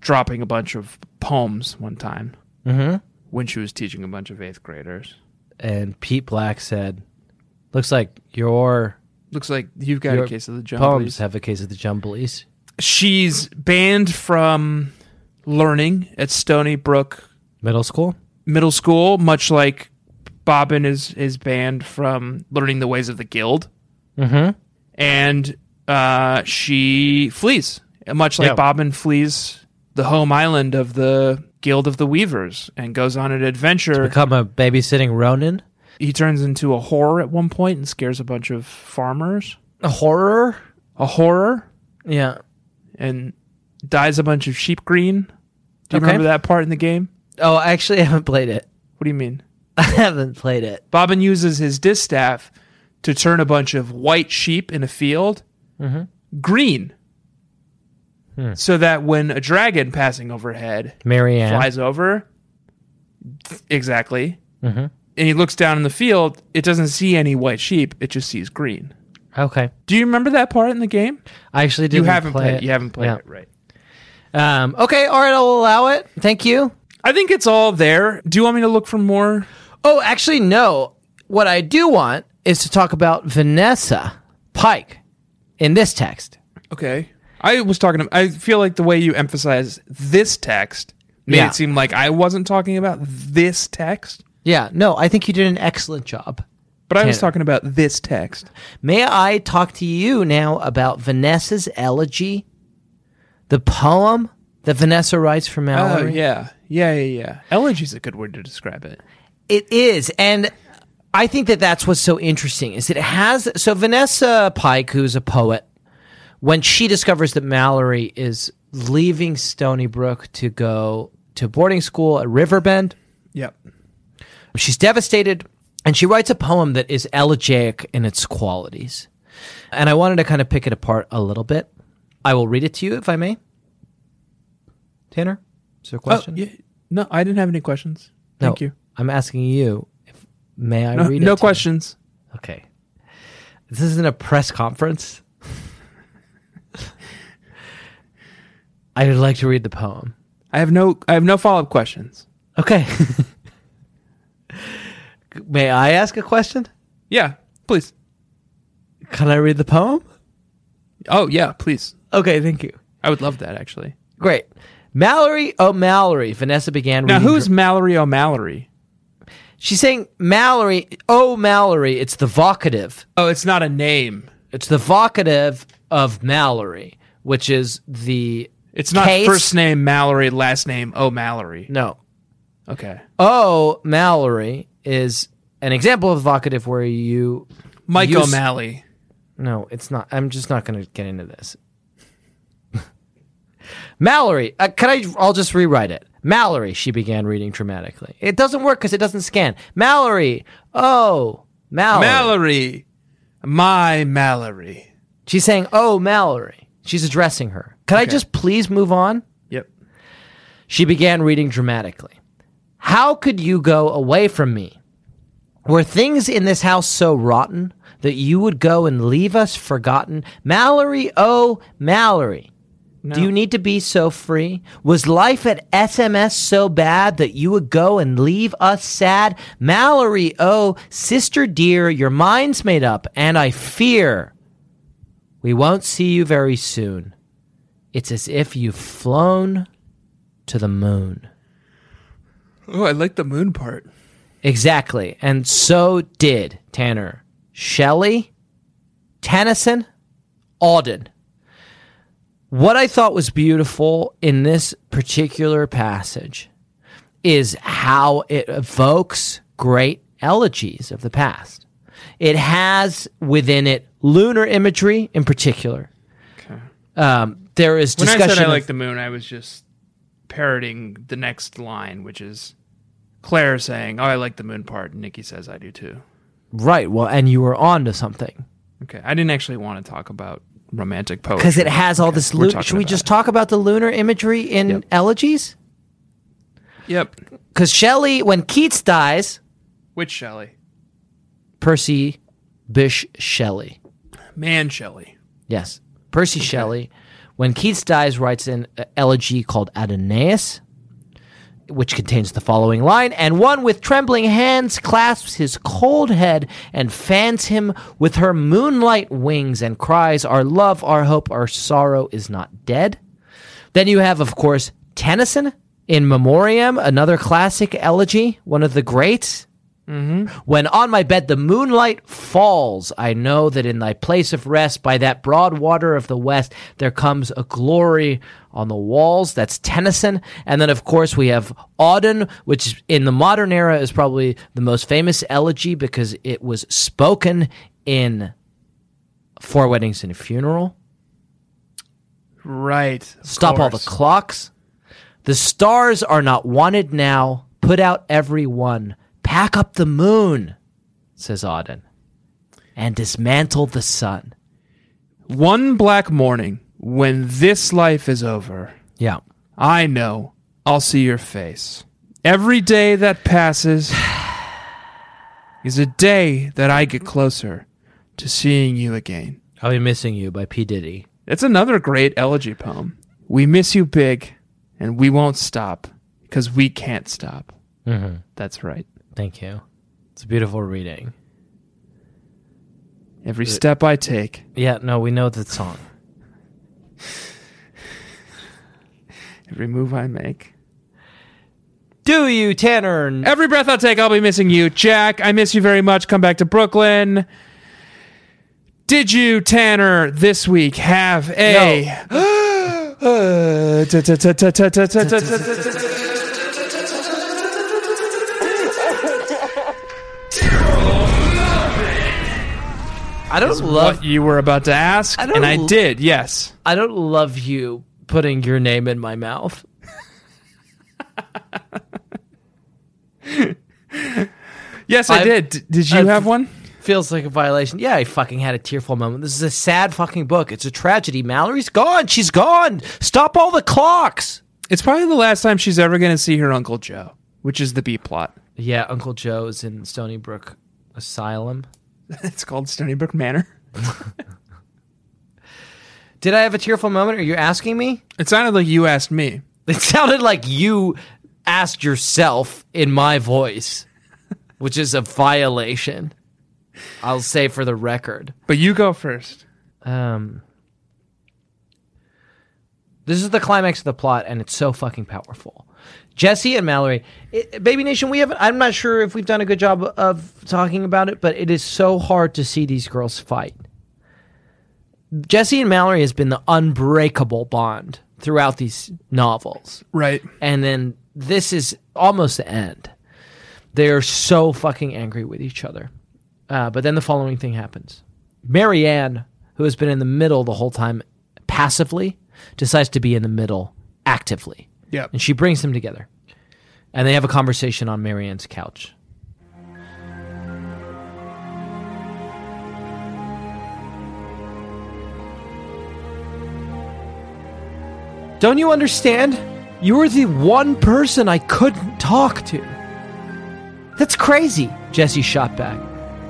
S4: dropping a bunch of poems one time mm-hmm. when she was teaching a bunch of eighth graders.
S5: And Pete Black said, "Looks like your
S4: Looks like you've got
S5: Your
S4: a case of the
S5: poems
S4: jumblies.
S5: have a case of the jumblies."
S4: She's banned from learning at Stony Brook
S5: Middle school.
S4: Middle School, much like Bobbin is is banned from learning the ways of the guild.
S5: Mhm.
S4: And uh, she flees, much like
S5: Yeah.
S4: Bobbin flees the home island of the Guild of the Weavers and goes on an adventure.
S5: Become a babysitting Ronin.
S4: he turns into a horror at one point and scares a bunch of farmers.
S5: A horror.
S4: A horror
S5: Yeah.
S4: and dyes a bunch of sheep green. Do you
S5: Okay.
S4: remember that part in the game?
S5: Oh, I actually haven't played it.
S4: What do you mean?
S3: I haven't played it.
S4: Bobbin uses his distaff to turn a bunch of white sheep in a field
S5: Mm-hmm.
S4: green.
S5: Hmm.
S4: So that when a dragon passing overhead
S5: Marianne.
S4: flies over, exactly,
S5: Mm-hmm.
S4: and he looks down in the field, it doesn't see any white sheep, it just sees green.
S5: Okay.
S4: Do you remember that part in the game?
S5: I actually
S4: You
S5: didn't
S4: haven't
S5: play
S4: played
S5: it.
S4: You haven't played
S5: Yeah.
S4: it, right?
S5: Um,
S3: Okay, all right, I'll allow it. Thank you.
S4: I think it's all there. Do you want me to look for more?
S3: Oh, actually, no. What I do want is to talk about Vanessa Pike in this text.
S4: Okay. I was talking. To, I feel like the way you emphasize this text made
S3: Yeah.
S4: it seem like I wasn't talking about this text,
S3: Yeah, no, I think you did an excellent job.
S4: but I was
S3: Yeah.
S4: talking about this text.
S3: May I talk to you now about Vanessa's elegy, the poem that Vanessa writes for
S4: Oh
S3: Mallory?
S4: yeah, yeah, yeah, yeah. Elegy's a good word to describe it.
S3: It is. And I think that that's what's so interesting is that it has. So Vanessa Pike, who's a poet, when she discovers that Mallory is leaving Stony Brook to go to boarding school at Riverbend,
S4: Yep. Oh,
S3: She's devastated, and she writes a poem that is elegiac in its qualities. And I wanted to kind of pick it apart a little bit. I will read it to you if I may. Tanner, is there a
S4: Oh,
S3: question?
S4: yeah. No, I didn't have any questions.
S3: No,
S4: Thank you.
S3: I'm asking you. If, may I
S4: No,
S3: read it?
S4: no
S3: to you?
S4: questions.
S3: Okay. This isn't a press conference. I would like to read the poem.
S4: I have no. I have no follow up questions.
S3: Okay. may I ask a question?
S4: Yeah, please.
S3: Can I read the poem?
S4: Oh yeah, please.
S3: Okay, thank you.
S4: I would love that actually.
S3: Great. Mallory O'Mallory. Vanessa began
S4: Now,
S3: reading.
S4: who's Mallory O'Mallory?
S3: she's saying Mallory O'Mallory. It's the vocative.
S4: Oh, it's not a name.
S3: It's the vocative of Mallory, which is the
S4: It's not
S3: case-
S4: first name Mallory, last name O'Mallory.
S3: No.
S4: Okay.
S3: O Oh, Mallory is an example of vocative where you
S4: Mike
S3: Use-
S4: O'Malley.
S3: No, it's not. I'm just not going to get into this. Mallory, uh, can I? I'll just rewrite it. Mallory, she began reading dramatically. It doesn't work because it doesn't scan. Mallory, oh, Mallory.
S4: Mallory. My Mallory.
S3: She's saying, oh, Mallory. She's addressing her. Can I just please move on?
S4: Yep.
S3: She began reading dramatically. How could you go away from me? Were things in this house so rotten that you would go and leave us forgotten? Mallory, oh, Mallory. Do you need to be so free? Was life at SMS so bad that you would go and leave us sad? Mallory, oh, sister dear, your mind's made up, and I fear we won't see you very soon. It's as if you've flown to the moon.
S4: Oh, I like the moon part.
S3: Exactly. And so did Tanner, Shelley, Tennyson, Auden. What I thought was beautiful in this particular passage is how it evokes great elegies of the past. It has within it lunar imagery in particular. Um, there is
S4: When I
S3: discussion.
S4: said I
S3: of-
S4: like the moon, I was just parroting the next line, which is Claire saying, "Oh, I like the moon part," and Nikki says, "I do too."
S3: right. Well, and you were on to something.
S4: Okay. I didn't actually want to talk about romantic poetry
S3: because it has all this.
S4: we're
S3: Lu-
S4: talking
S3: should we
S4: about
S3: just
S4: it.
S3: talk about the lunar imagery in elegies?
S4: Yep.
S3: Because Shelley, when Keats dies,
S4: Which Shelley?
S3: Percy Bysshe Shelley,
S4: Man Shelley.
S3: yes, Percy Shelley, when Keats dies, writes an uh, elegy called Adonais, which contains the following line: "And one with trembling hands clasps his cold head and fans him with her moonlight wings, and cries, "Our love, our hope, our sorrow is not dead." Then you have, of course, Tennyson in Memoriam, another classic elegy, one of the greats. When on my bed the moonlight falls, I know that in thy place of rest, by that broad water of the west, there comes a glory on the walls. That's Tennyson. And then, of course, we have Auden, which in the modern era is probably the most famous elegy because it was spoken in Four Weddings and a Funeral.
S4: Right. of
S3: Stop all the
S4: course.
S3: clocks. The stars are not wanted now. Put out every one. Pack up the moon, says Auden, and dismantle the sun.
S4: One black morning, when this life is over,
S3: Yeah.
S4: I know I'll see your face. Every day that passes is a day that I get closer to seeing you again.
S3: I'll be missing you by P. Diddy.
S4: It's another great elegy poem. We miss you big, and we won't stop because we can't stop. That's right.
S3: Thank you. It's a beautiful reading.
S4: Every step I take,
S3: Yeah, no, we know the song.
S4: every move I make,
S3: Do you, Tanner?
S4: every breath I take, I'll be missing you. Jack, I miss you very much. Come back to Brooklyn. Did you, Tanner, this week have a. Uh, ta- ta- ta- ta- ta- ta- ta- ta- ta- ta-
S3: I don't love
S4: What you were about to ask,
S3: don't
S4: and I
S3: l-
S4: did, yes.
S3: I don't love you putting your name in my mouth.
S4: Yes, I
S3: I've-
S4: did. D- Did you
S3: I've-
S4: have one?
S3: Feels like a violation. Yeah, I fucking had a tearful moment. This is a sad fucking book. It's a tragedy. Mallory's gone. She's gone. Stop all the clocks.
S4: It's probably the last time she's ever going to see her Uncle Joe, which is the B plot.
S3: Yeah, Uncle Joe is in Stony Brook Asylum.
S4: It's called Stony Brook Manor.
S3: Did I have a tearful moment? Are you asking me?
S4: It sounded like you asked me.
S3: It sounded like you asked yourself in my voice, which is a violation. I'll say for the record.
S4: But you go first.
S3: Um, this is the climax of the plot, and it's so fucking powerful. Jesse and Mallory, it, Baby Nation, we haven't. I'm not sure if we've done a good job of talking about it, but it is so hard to see these girls fight. Jesse and Mallory has been the unbreakable bond throughout these novels
S4: Right.
S3: and then this is almost the end. They're so fucking angry with each other. Uh, but then the following thing happens Marianne, who has been in the middle the whole time passively, decides to be in the middle actively.
S4: Yep.
S3: And she brings them together. And they have a conversation on Marianne's couch. Don't you understand? You were the one person I couldn't talk to. That's crazy, Jesse shot back.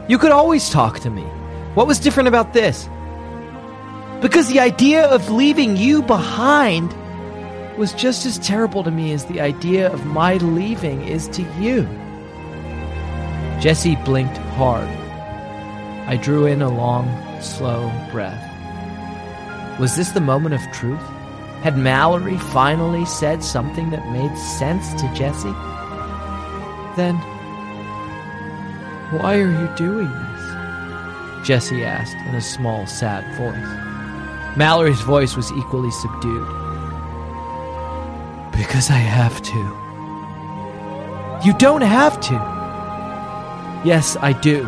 S3: You could always talk to me. What was different about this? Because the idea of leaving you behind was just as terrible to me as the idea of my leaving is to you. Jesse blinked hard. I drew in a long, slow breath. Was this the moment of truth? Had Mallory finally said something that made sense to Jesse? Then, why are you doing this? Jesse asked in a small, sad voice. Mallory's voice was equally subdued. Because I have to. You don't have to. Yes, I do.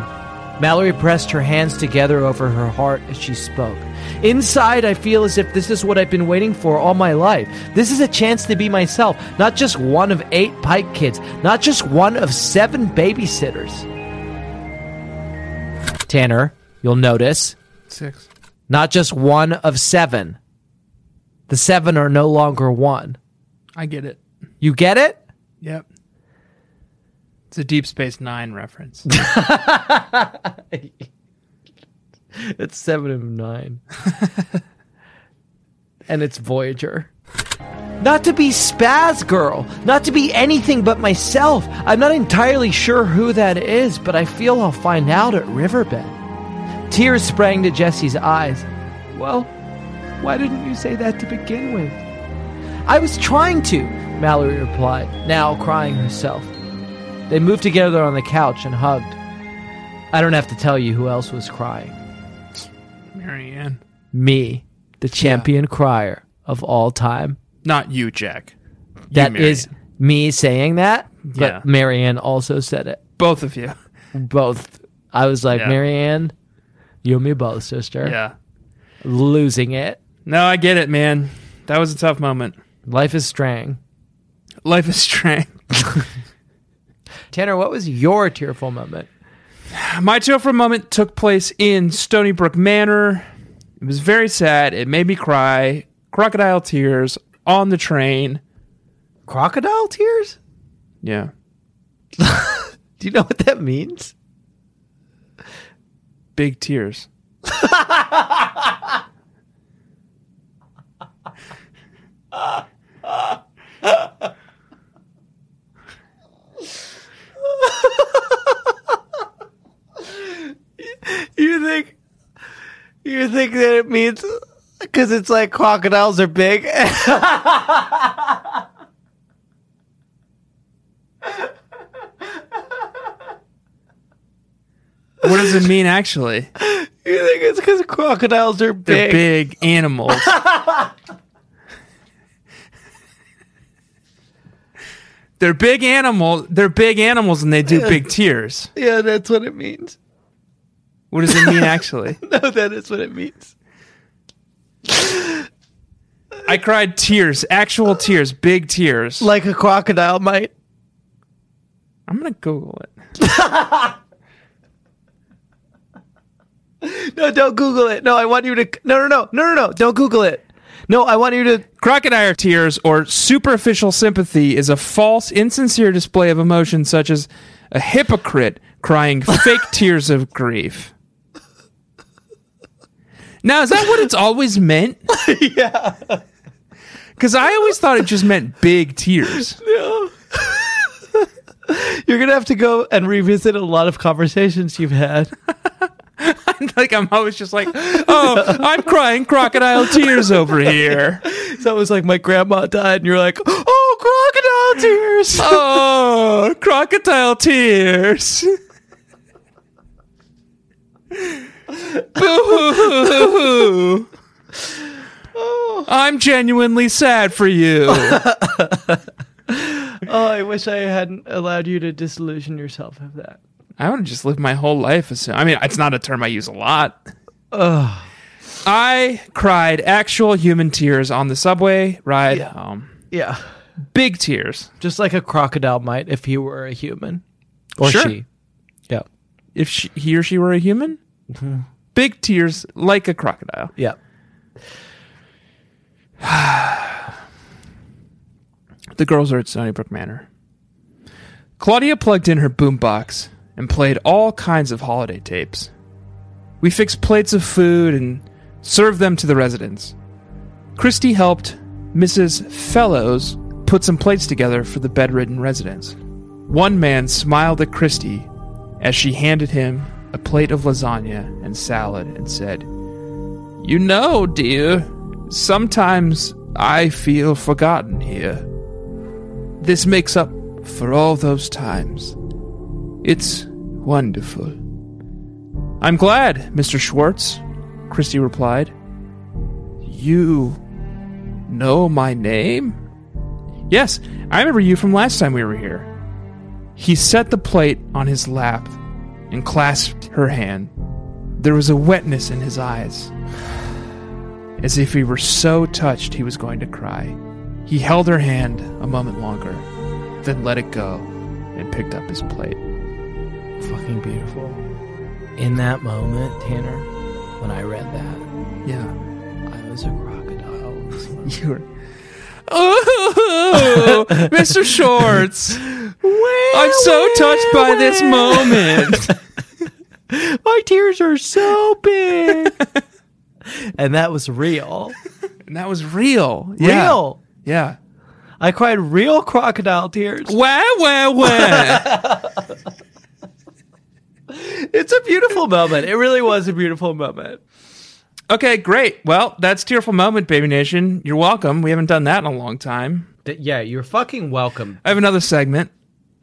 S3: Mallory pressed her hands together over her heart as she spoke. Inside, I feel as if this is what I've been waiting for all my life. This is a chance to be myself, not just one of eight Pike kids, not just one of seven babysitters. Tanner, you'll notice,
S4: Six.
S3: not just one of seven. The seven are no longer one.
S4: I get it.
S3: You get it?
S4: Yep. It's a Deep Space Nine reference.
S3: It's seven of nine. and it's Voyager. Not to be Spaz Girl, not to be anything but myself. I'm not entirely sure who that is, but I feel I'll find out at Riverbed. Tears sprang to Jesse's eyes. Well, why didn't you say that to begin with? I was trying to, Mallory replied, now crying herself. They moved together on the couch and hugged. I don't have to tell you who else was crying
S4: Marianne.
S3: me, the champion crier of all time.
S4: Not you, Jack. You,
S3: That is
S4: Marianne.
S3: me saying that, but
S4: Yeah.
S3: Marianne also said it.
S4: Both of you.
S3: Both. I was like,
S4: Yeah.
S3: Marianne, you and me both, sister.
S4: Yeah.
S3: Losing it.
S4: No, I get it, man. That was a tough moment.
S3: Life is strang.
S4: Life is strange.
S5: Tanner, what was your tearful moment?
S4: My tearful moment took place in Stony Brook Manor. It was very sad. It made me cry. Crocodile tears on the train.
S5: Crocodile tears?
S4: Yeah.
S5: Do you know what that means?
S4: Big tears.
S5: You think you think that it means because it's like crocodiles are big?
S4: What does it mean actually?
S5: you think it's because crocodiles
S4: They're
S5: are big?
S4: big animals. They're big animals. They're big animals and they do big tears.
S5: Yeah, that's what it means.
S4: What does it mean actually?
S5: No, that is what it means.
S4: I cried tears, actual tears, big tears.
S5: Like a crocodile might.
S4: I'm going to Google it.
S5: No, don't Google it. No, I want you to. No, no, no, no, no, no. Don't Google it. No, I want you to.
S4: Crocodile tears or superficial sympathy is a false, insincere display of emotion, such as a hypocrite crying fake tears of grief. Now, is that what it's always meant? yeah. Because I always thought it just meant big tears.
S5: You're gonna have to go and revisit a lot of conversations you've had.
S4: like, I'm always just like, oh, I'm crying crocodile tears over here.
S5: So it was like my grandma died, and you're like, oh, crocodile tears.
S4: Oh, crocodile tears. Boo-hoo-hoo-hoo-hoo. I'm genuinely sad for you.
S5: Oh, I wish I hadn't allowed you to disillusion yourself of that.
S4: I want to just live my whole life. As, I mean, it's not a term I use a lot. I cried actual human tears on the subway ride home.
S5: Yeah,
S4: Big tears.
S5: just like a crocodile might if he were a human or
S4: Sure.
S5: she. Yeah,
S4: If she, he or she were a human, Mm-hmm. big tears like a crocodile.
S5: yeah.
S4: The girls are at Stony Brook Manor. Claudia plugged in her boombox and played all kinds of holiday tapes. We fixed plates of food and served them to the residents. Christy helped Mrs. Fellows put some plates together for the bedridden residents. One man smiled at Christy as she handed him a plate of lasagna and salad and said, You know, dear, sometimes I feel forgotten here. This makes up for all those times. It's wonderful. I'm glad, Mr. Schwartz, Christie replied. You know my name? Yes, I remember you from last time we were here. He set the plate on his lap and clasped her hand. There was a wetness in his eyes, as if he were so touched he was going to cry. He held her hand a moment longer, then let it go and picked up his plate.
S5: Fucking beautiful. In that moment, Tanner, when I read that,
S4: Yeah.
S5: I was a crocodile.
S4: You were. Oh, Mr. Shorts! I'm so touched by this moment.
S5: My tears are so big. and that was real.
S4: And that was real.
S5: Real.
S4: Yeah.
S5: I cried real crocodile tears.
S4: Wah, wah, wah.
S5: It's a beautiful moment. It really was a beautiful moment.
S4: okay, great. Well, that's Tearful Moment, Baby Nation. You're welcome. We haven't done that in a long time.
S5: yeah, you're fucking welcome.
S4: I have another segment.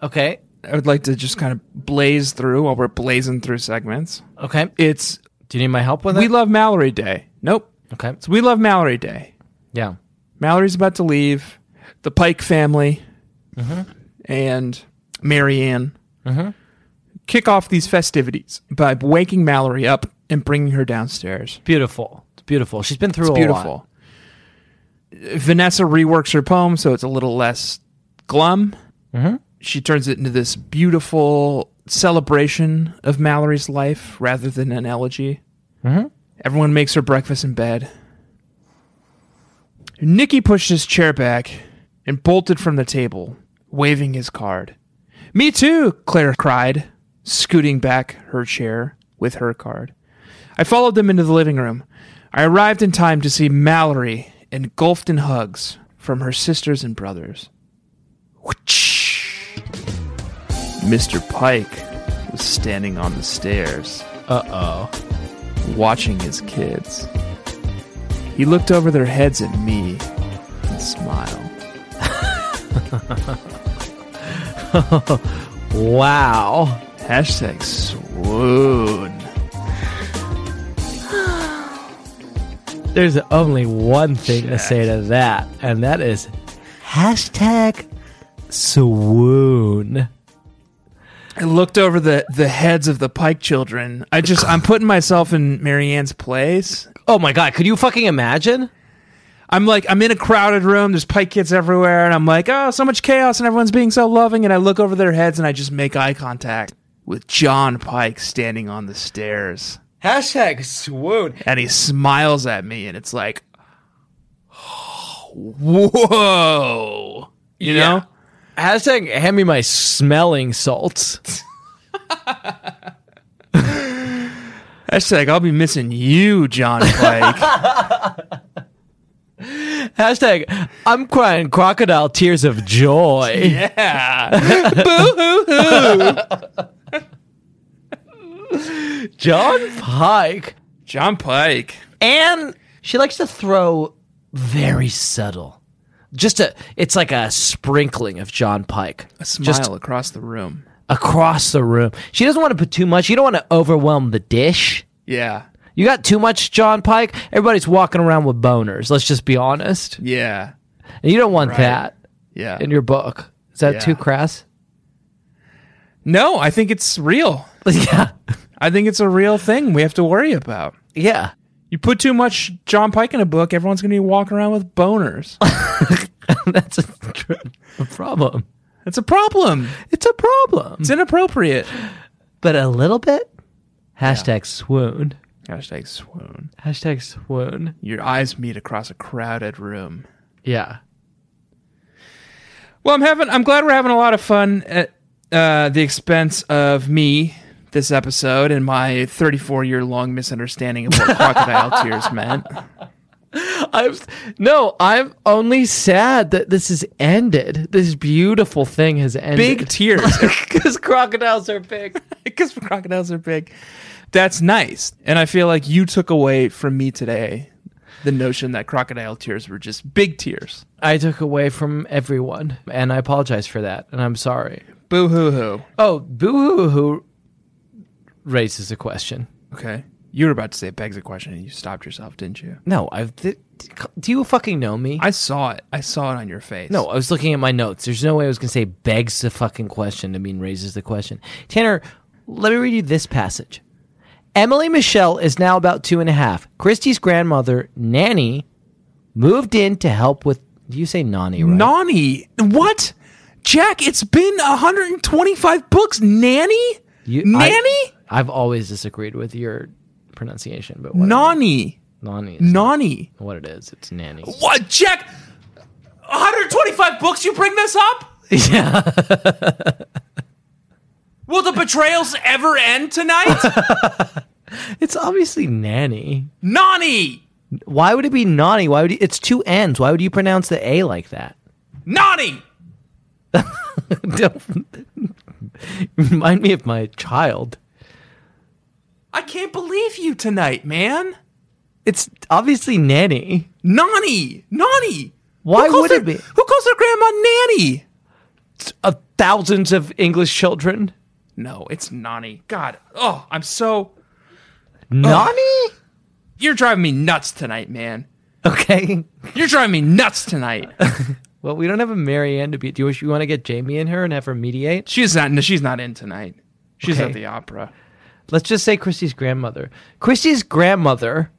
S5: Okay.
S4: I would like to just kind of blaze through while we're blazing through segments.
S5: Okay.
S4: It's
S5: Do you need my help with
S4: We
S5: it?
S4: Love Mallory Day. Nope.
S5: okay.
S4: It's We Love Mallory Day.
S5: Yeah.
S4: Mallory's about to leave. The Pike family and Marianne kick off these festivities by waking Mallory up and bringing her downstairs.
S5: Beautiful. It's beautiful. She's been through
S4: It's
S5: a lot.
S4: beautiful. Vanessa reworks her poem so it's a little less glum. she turns it into this beautiful celebration of Mallory's life rather than an elegy. Everyone makes her breakfast in bed. Nicky pushed his chair back and bolted from the table, waving his card. Me too, Claire cried, scooting back her chair with her card. I followed them into the living room. I arrived in time to see Mallory engulfed in hugs from her sisters and brothers. Whoosh. Mr. Pike was standing on the stairs. Uh oh. Watching his kids. He looked over their heads at me and smiled.
S3: Wow.
S4: Hashtag swoon.
S3: There's only one thing to say to that, and that is hashtag swoon.
S4: I looked over the, the heads of the Pike children. I just, I'm putting myself in Marianne's place.
S3: Oh my god, could you fucking imagine?
S4: I'm like, I'm in a crowded room. There's Pike kids everywhere. And I'm like, oh, so much chaos and everyone's being so loving. And I look over their heads and I just make eye contact with John Pike standing on the stairs.
S3: Hashtag swoon.
S4: And he smiles at me and it's like, whoa. You know?
S3: Hashtag hand me my smelling salts.
S4: Hashtag, I'll be missing you, John Pike.
S3: Hashtag I'm crying crocodile tears of joy.
S4: yeah.
S3: John Pike.
S4: John Pike.
S3: And she likes to throw very subtle. Just a it's like a sprinkling of John Pike.
S4: A smile
S3: Just
S4: across the room.
S3: across the room. She doesn't want to put too much. You don't want to overwhelm the dish.
S4: Yeah.
S3: You got too much John Pike. Everybody's walking around with boners. Let's just be honest.
S4: Yeah.
S3: And you don't want that
S4: Yeah.
S3: in your book. Is that
S4: Yeah.
S3: too crass?
S4: no, I think it's real.
S3: yeah.
S4: I think it's a real thing we have to worry about.
S3: Yeah.
S4: You put too much John Pike in a book, everyone's going to be walking around with boners.
S3: That's a, tr- a problem.
S4: It's a problem.
S3: It's a problem.
S4: It's inappropriate.
S3: But a little bit? Hashtag swoon.
S4: Hashtag swoon.
S3: Hashtag swoon.
S4: Your eyes meet across a crowded room.
S3: Yeah.
S4: Well, I'm having. I'm glad we're having a lot of fun at uh, the expense of me this episode and my 34 year long misunderstanding of what crocodile tears meant.
S3: I'm no, I'm only sad that this is ended. This beautiful thing has ended.
S4: Big tears.
S3: because crocodiles are big.
S4: because crocodiles are big. That's nice. And I feel like you took away from me today the notion that crocodile tears were just big tears.
S3: I took away from everyone, and I apologize for that, and I'm sorry.
S4: Boo hoo hoo.
S3: Oh, boo hoo hoo raises a question.
S4: Okay. You were about to say it begs a question and you stopped yourself, didn't you?
S3: No, I've. Th- do you fucking know me?
S4: I saw it. I saw it on your face.
S3: No, I was looking at my notes. There's no way I was going to say begs the fucking question to mean raises the question. Tanner, let me read you this passage. Emily Michelle is now about two and a half. Christy's grandmother, Nanny, moved in to help with. You say Nanny, right?
S4: Nanny. What? Jack, it's been 125 books. Nanny?
S3: You- I-
S4: Nanny?
S3: I've always disagreed with your pronunciation, but whatever.
S4: Nanny.
S3: Nanny. Is
S4: Nanny.
S3: what it is. It's Nanny.
S4: What, Jack? 125 books you bring this up?
S3: yeah.
S4: Will the betrayals ever end tonight?
S3: It's obviously Nanny.
S4: Nani!
S3: Why would it be Nanny? Why would you, it's two N's? Why would you pronounce the A like that?
S4: Nani!
S3: Don't remind me of my child.
S4: I can't believe you tonight, man.
S3: It's obviously nanny.
S4: Nani! Nani!
S3: Why
S4: Who calls
S3: would
S4: their-
S3: it be?
S4: Who calls their grandma Nanny?
S3: Of thousands of English children.
S4: No, it's Nani. God, oh, I'm so.
S3: Oh. Nanny?
S4: You're driving me nuts tonight, man.
S3: Okay.
S4: You're driving me nuts tonight.
S3: Well, we don't have a Marianne to be. Do you, wish you want to get Jamie in here and have her mediate?
S4: She's not. no, She's not in tonight. She's
S3: Okay.
S4: at the opera.
S3: Let's just say Christy's grandmother. Christy's grandmother.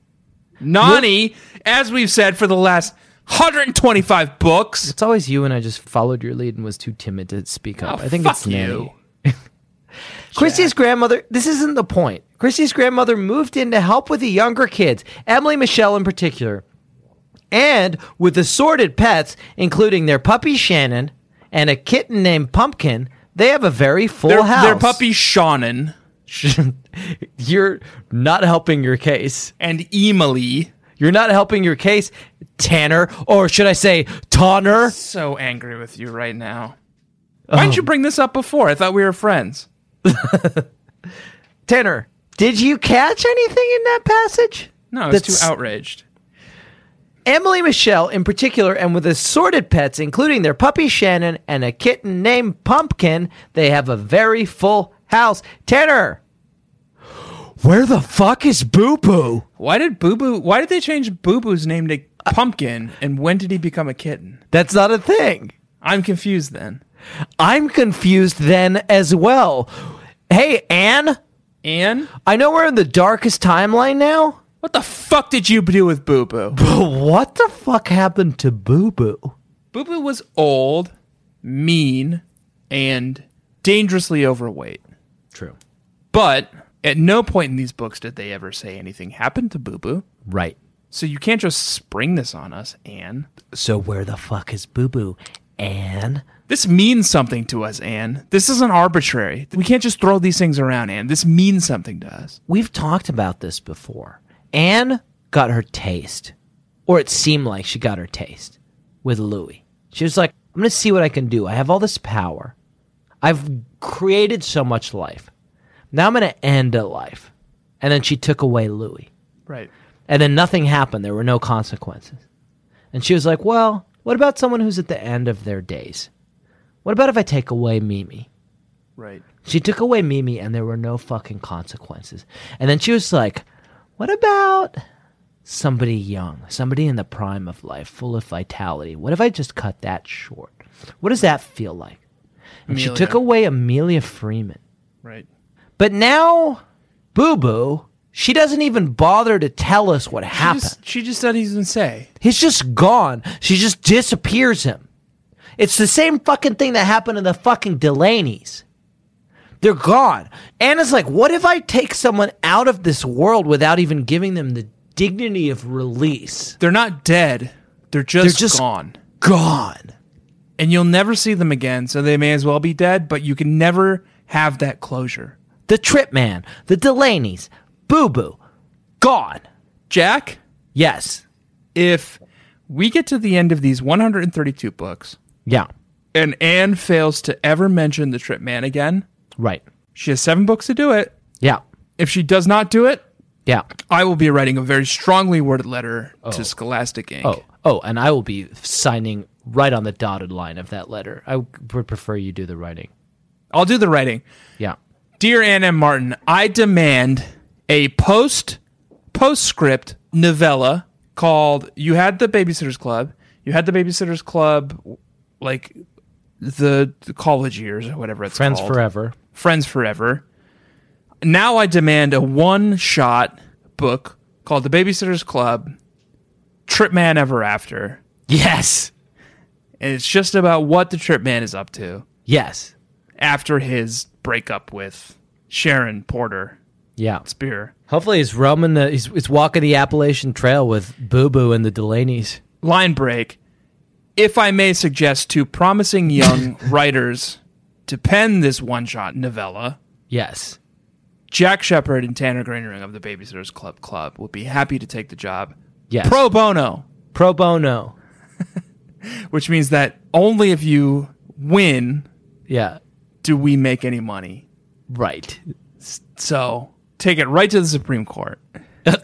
S4: Nani, as we've said for the last 125 books.
S3: It's always you, and I just followed your lead and was too timid to speak up.
S4: Oh,
S3: I think
S4: fuck
S3: it's
S4: you.
S3: Nanny. Christy's grandmother, this isn't the point. Christy's grandmother moved in to help with the younger kids, Emily Michelle in particular, and with assorted pets, including their puppy Shannon and a kitten named Pumpkin. They have a very full
S4: Their,
S3: house.
S4: their puppy Shannon
S3: You're not helping your case.
S4: and Emily.
S3: You're not helping your case, Tanner, or should I say, Tonner?
S4: So angry with you right now. Why
S3: Oh.
S4: didn't you bring this up before? I thought we were friends.
S3: Tanner, did you catch anything in that passage?
S4: No, I was
S3: That's-
S4: too outraged.
S3: Emily Michelle, in particular, and with assorted pets, including their puppy Shannon and a kitten named Pumpkin, they have a very full house. Tanner, where the fuck is Boo Boo?
S4: Why did Boo Boo? Why did they change Boo Boo's name to
S3: Uh,
S4: Pumpkin? And when did he become a kitten?
S3: That's not a thing.
S4: I'm confused. Then
S3: I'm confused then as well. Hey, Anne,
S4: Anne,
S3: I know we're in the darkest timeline now,
S4: what the fuck did you do with Boo Boo?
S3: but what the fuck happened to Boo Boo?
S4: Boo Boo was old, mean, and dangerously overweight.
S3: True.
S4: But at no point in these books did they ever say anything happened to Boo Boo.
S3: Right.
S4: So you can't just spring this on us, Anne.
S3: So where the fuck is Boo Boo? Anne?
S4: This means something to us, Anne. This isn't arbitrary. We can't just throw these things around, Anne. This means something to us.
S3: we've talked about this before. Anne got her taste, or it seemed like she got her taste with Louis. She was like, I'm going to see what I can do. I have all this power. I've created so much life. Now I'm going to end a life. And then she took away Louis.
S4: Right.
S3: And then nothing happened. There were no consequences. And she was like, Well, what about someone who's at the end of their days? What about if I take away Mimi?
S4: Right.
S3: She took away Mimi and there were no fucking consequences. And then she was like, What about somebody young, somebody in the prime of life, full of vitality? What if I just cut that short? What does that feel like? And she
S4: Amelia.
S3: took away Amelia Freeman.
S4: Right.
S3: But now, Boo Boo, she doesn't even bother to tell us what
S4: She
S3: happened.
S4: just, she just doesn't even say.
S3: He's just gone. She just disappears him. It's the same fucking thing that happened to the fucking Delaney's. They're gone. Anna's like, what if I take someone out of this world without even giving them the dignity of release?
S4: They're not dead. They're just,
S3: They're just-
S4: gone.
S3: Gone.
S4: And you'll never see them again, so they may as well be dead, but you can never have that closure.
S3: The Trip Man, the Delaney's, Boo Boo, gone.
S4: Jack,
S3: Yes.
S4: if we get to the end of these 132 books
S3: Yeah.
S4: and Anne fails to ever mention the Trip Man again,
S3: Right.
S4: she has seven books to do it.
S3: Yeah.
S4: If she does not do it,
S3: Yeah.
S4: I will be writing a very strongly worded letter to Scholastic Inc.
S3: Oh, oh, and I will be signing right on the dotted line of that letter. I would prefer you do the writing.
S4: I'll do the writing.
S3: Yeah.
S4: Dear Anne M. Martin, I demand a post postscript novella called You Had the Babysitters Club. You Had the Babysitters Club like the, the college years or whatever it's
S3: Friends
S4: called.
S3: forever.
S4: Friends Forever. Now I demand a one shot book called The Babysitter's Club, Trip Man Ever After.
S3: Yes.
S4: And it's just about what the Trip Man is up to
S3: Yes.
S4: after his breakup with Sharon Porter
S3: Yeah.
S4: Spear.
S3: Hopefully he's roaming the he's, he's walking the Appalachian Trail with Boo Boo and the Delaney's.
S4: Line break. If I may suggest to promising young writers to pen this one shot novella,
S3: Yes.
S4: Jack Shepard and Tanner Greenring of the Babysitters Club Club would be happy to take the job
S3: Yes.
S4: pro bono.
S3: pro bono.
S4: which means that only if you win
S3: Yeah.
S4: do we make any money.
S3: Right.
S4: So take it right to the Supreme Court.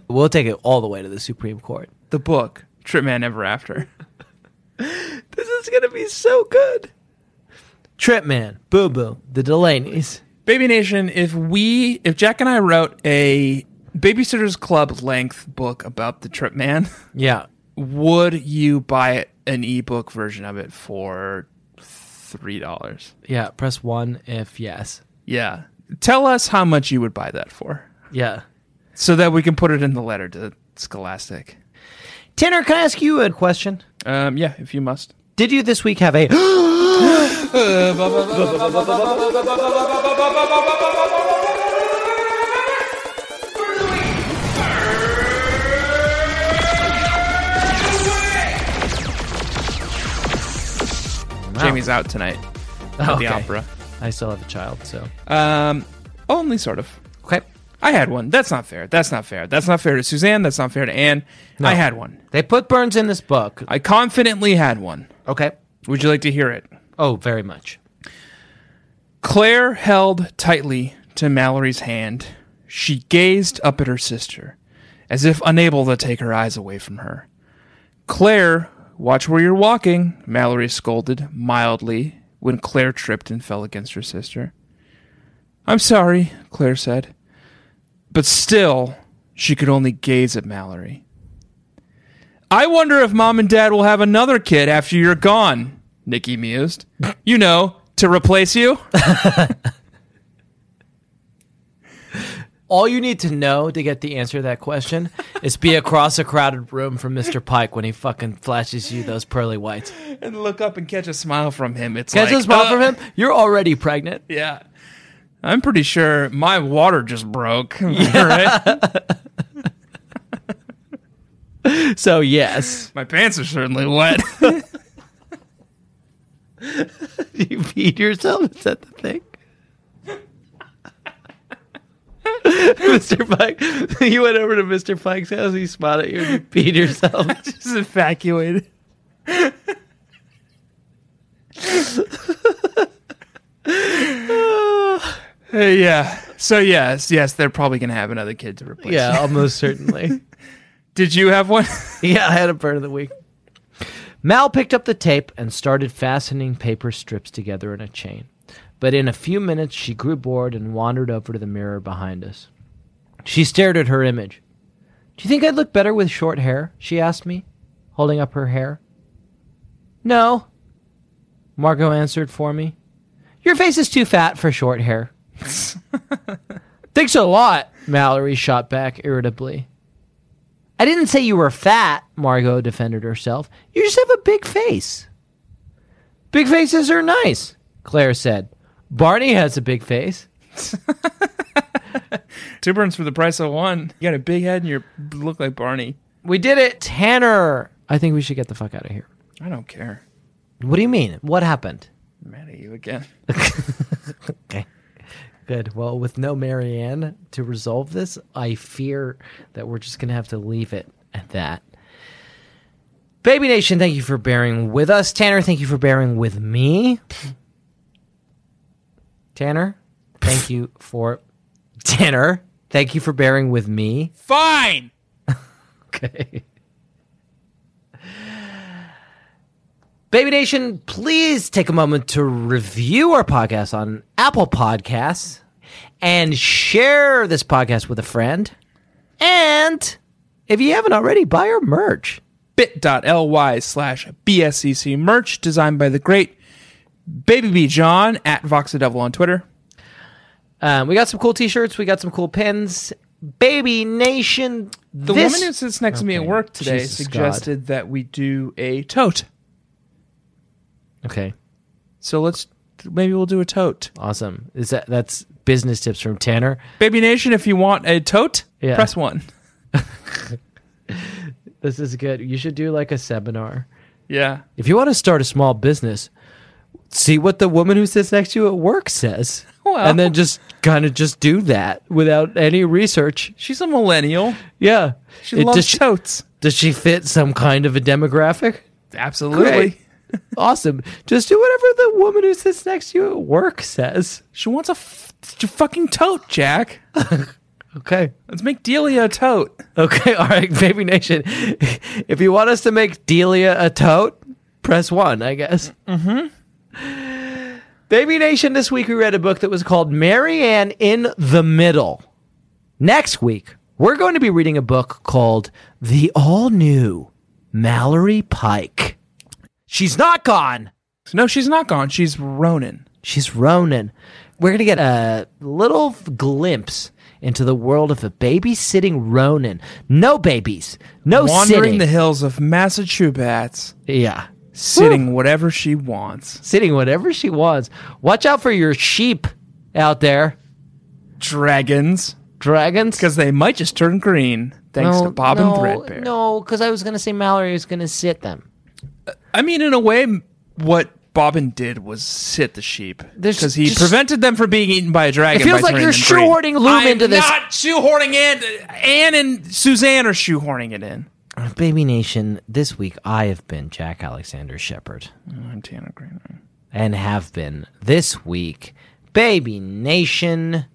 S3: We'll take it all the way to the Supreme Court.
S4: The book, Trip Man Ever After.
S3: This is gonna be so good. Trip Man, Boo Boo, the Delaney's.
S4: Baby Nation, if we, if Jack and I wrote a Babysitters Club length book about the Trip Man,
S3: Yeah.
S4: would you buy an ebook version of it for $3?
S3: Yeah. Press one if yes.
S4: Yeah. Tell us how much you would buy that for
S3: Yeah.
S4: so that we can put it in the letter to Scholastic.
S3: Tanner, can I ask you a question?
S4: Um, yeah, if you must.
S3: Did you this week have a
S4: Jamie's out tonight at
S3: Okay.
S4: the opera.
S3: I still have a child, so
S4: Um, only sort of.
S3: okay.
S4: I had one. That's not fair. That's not fair. That's not fair to Suzanne. That's not fair to Anne. I had one.
S3: They put Burns in this book.
S4: I confidently had one.
S3: Okay.
S4: Would you like to hear it?
S3: Oh, very much.
S4: Claire held tightly to Mallory's hand. She gazed up at her sister, as if unable to take her eyes away from her. Claire, watch where you're walking, Mallory scolded mildly when Claire tripped and fell against her sister. I'm sorry, Claire said. But still, she could only gaze at Mallory. I wonder if mom and dad will have another kid after you're gone, Nikki mused. You know, to replace you?
S3: All you need to know to get the answer to that question is be across a crowded room from Mr. Pike when he fucking flashes you those pearly whites.
S4: and look up and catch a smile from him. It's
S3: Catch
S4: like,
S3: a smile
S4: uh,
S3: from him. You're already pregnant.
S4: Yeah, I'm pretty sure my water just broke. right?
S3: So yes,
S4: My pants are certainly wet.
S3: you feed yourself. Is that the thing? Mr. Pike, you went over to Mr. Pike's house. He smiled at you and you peed yourself.
S4: just evacuated. Hey, Uh, yeah. So yes, yes, they're probably gonna have another kid to replace.
S3: yeah,
S4: you.
S3: almost certainly.
S4: Did you have one?
S3: Yeah, I had a burn of the week. Mal picked up the tape and started fastening paper strips together in a chain. But in a few minutes, she grew bored and wandered over to the mirror behind us. She stared at her image. Do you think I'd look better with short hair? She asked me, holding up her hair. No, Margot answered for me. Your face is too fat for short hair. Thanks a lot, Mallory shot back irritably. I didn't say you were fat, Margot defended herself. You just have a big face. Big faces are nice, Claire said. Barney has a big face.
S4: Two burns for the price of one. You got a big head and you look like Barney.
S3: We did it, Tanner. I think we should get the fuck out of here.
S4: I don't care.
S3: What do you mean? What happened?
S4: I'm mad at you again.
S3: Good. Well, with no Marianne to resolve this, I fear that we're just going to have to leave it at that. Baby Nation, thank you for bearing with us. Tanner, thank you for bearing with me. Tanner, thank you for. Tanner, thank you for bearing with me.
S4: Fine.
S3: Okay. Baby Nation, please take a moment to review our podcast on Apple Podcasts and share this podcast with a friend. And if you haven't already, buy our merch.
S4: bit.ly slash BSCC merch designed by the great Baby B John at Voxadevil on Twitter.
S3: Um, we got some cool t shirts, we got some cool pins. Baby Nation,
S4: The
S3: this-
S4: woman who sits next to me at
S3: Okay,
S4: work today
S3: Jesus
S4: suggested that we do a tote.
S3: Okay,
S4: So let's maybe we'll do a tote.
S3: awesome. Is that that's business tips from Tanner?
S4: Baby Nation, if you want a tote,
S3: Yeah.
S4: press one.
S3: This is good. You should do like a seminar.
S4: Yeah.
S3: If you want to start a small business, see what the woman who sits next to you at work says.
S4: Well.
S3: And then just kind of just do that without any research.
S4: She's a millennial.
S3: Yeah.
S4: She
S3: It-
S4: loves
S3: does, she,
S4: totes.
S3: does she fit some kind of a demographic?
S4: Absolutely.
S3: Great. Awesome. Just do whatever the woman who sits next to you at work says.
S4: She wants a f- t- fucking tote, Jack.
S3: Okay.
S4: Let's make Delia a tote.
S3: Okay. All right, Baby Nation. If you want us to make Delia a tote, press one, I guess. Mm-hmm. Baby Nation, this week we read a book that was called Marianne in the Middle. Next week, we're going to be reading a book called The All New Mallory Pike. She's not gone.
S4: No, she's not gone. She's Ronin.
S3: She's Ronan. We're going to get a little glimpse into the world of a babysitting Ronin. No babies, no
S4: Wandering
S3: Oh, sitting.
S4: the hills of Massachusetts,
S3: yeah,
S4: sitting whatever she wants,
S3: sitting whatever she wants. Watch out for your sheep out there,
S4: dragons,
S3: dragons.
S4: because they might just turn green thanks to Bob
S3: no,
S4: and Threadbare.
S3: No, because I was going to say Mallory was going to sit them.
S4: I mean, in a way, m- what Bobbin did was sit the sheep
S3: There's
S4: because he
S3: just-
S4: prevented them from being eaten by a dragon.
S3: It feels
S4: by
S3: like
S4: turning
S3: you're
S4: them green.
S3: shoehorning Loom
S4: I'm
S3: into this.
S4: Not shoehorning in. Anne and Suzanne are shoehorning it in.
S3: Baby Nation, this week I have been Jack Alexander Shepard.
S4: I'm Tanner Green.
S3: and have been this week. Baby Nation,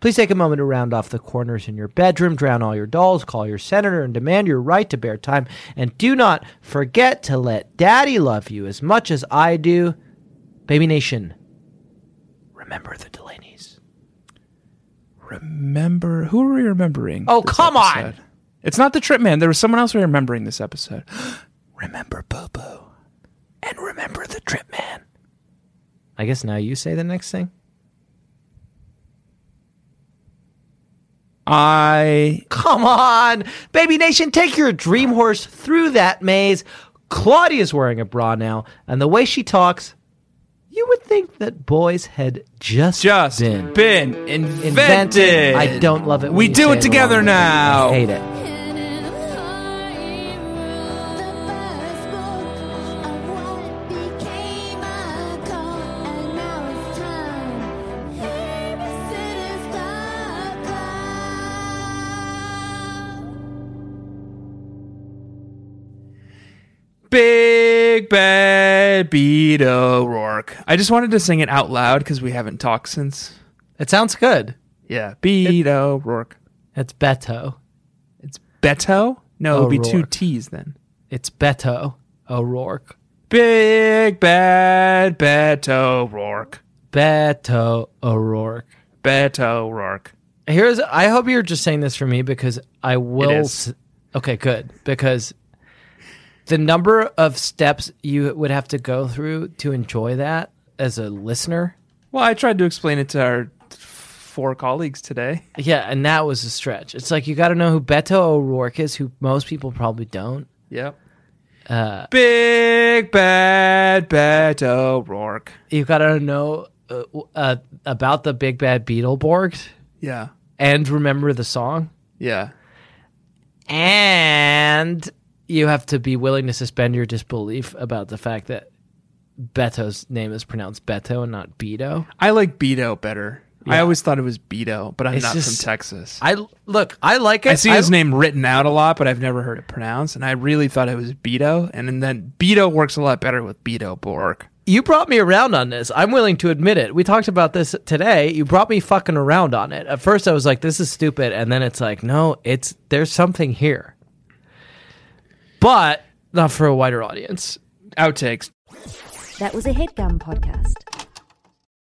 S3: please take a moment to round off the corners in your bedroom, drown all your dolls, call your senator, and demand your right to bear time. And do not forget to let daddy love you as much as I do. Baby Nation, remember the Delaney's.
S4: Remember who are we remembering?
S3: Oh,
S4: this
S3: come on!
S4: episode? It's not the Trip Man. There was someone else we were remembering this episode. remember Bobo, and remember the Trip Man.
S3: I guess now you say the next thing.
S4: I
S3: Come on, Baby Nation, take your dream horse through that maze. Claudia's wearing a bra now, and the way she talks, you would think that boys had just,
S4: just
S3: been
S4: been, invented.
S3: I don't love it. when
S4: We
S3: you
S4: do
S3: say
S4: it together
S3: wrong.
S4: now.
S3: I hate it.
S4: Big Bad Beat O'Rourke. I just wanted to sing it out loud because we haven't talked since.
S3: It sounds good.
S4: Yeah, Beat O'Rourke.
S3: It's Beto.
S4: It's Beto? No, it would be two
S3: O'Rourke.
S4: T's then.
S3: It's Beto O'Rourke.
S4: Big Bad Beto O'Rourke.
S3: Beto O'Rourke.
S4: Beto O'Rourke.
S3: Here's. I hope you're just saying this for me because I will.
S4: is.
S3: s- okay, good. Because the number of steps you would have to go through to enjoy that as a listener,
S4: Well, I tried to explain it to our four colleagues today.
S3: yeah, and that was a stretch. It's like you got to know who Beto O'Rourke is, who most people probably don't.
S4: Yep. Big Bad Beto O'Rourke.
S3: You got to know uh, uh, about the Big Bad Beetleborg
S4: Yeah.
S3: and remember the song,
S4: Yeah.
S3: and you have to be willing to suspend your disbelief about the fact that. Beto's name is pronounced Beto and not Beto.
S4: I like Beto better. I always thought it was Beto, but I'm
S3: It's
S4: not
S3: just-
S4: from Texas. I,
S3: I look, I like it.
S4: see his name written out a lot, but I've never heard it pronounced, and I really thought it was Beto. And then Beto works a lot better with Beto Borg.
S3: You brought me around on this. I'm willing to admit it. We talked about this today. You brought me fucking around on it. At first, I was like, "This is stupid," and then it's like, "No, it's there's something here," but not for a wider audience.
S4: Outtakes.
S1: That was a headgum podcast.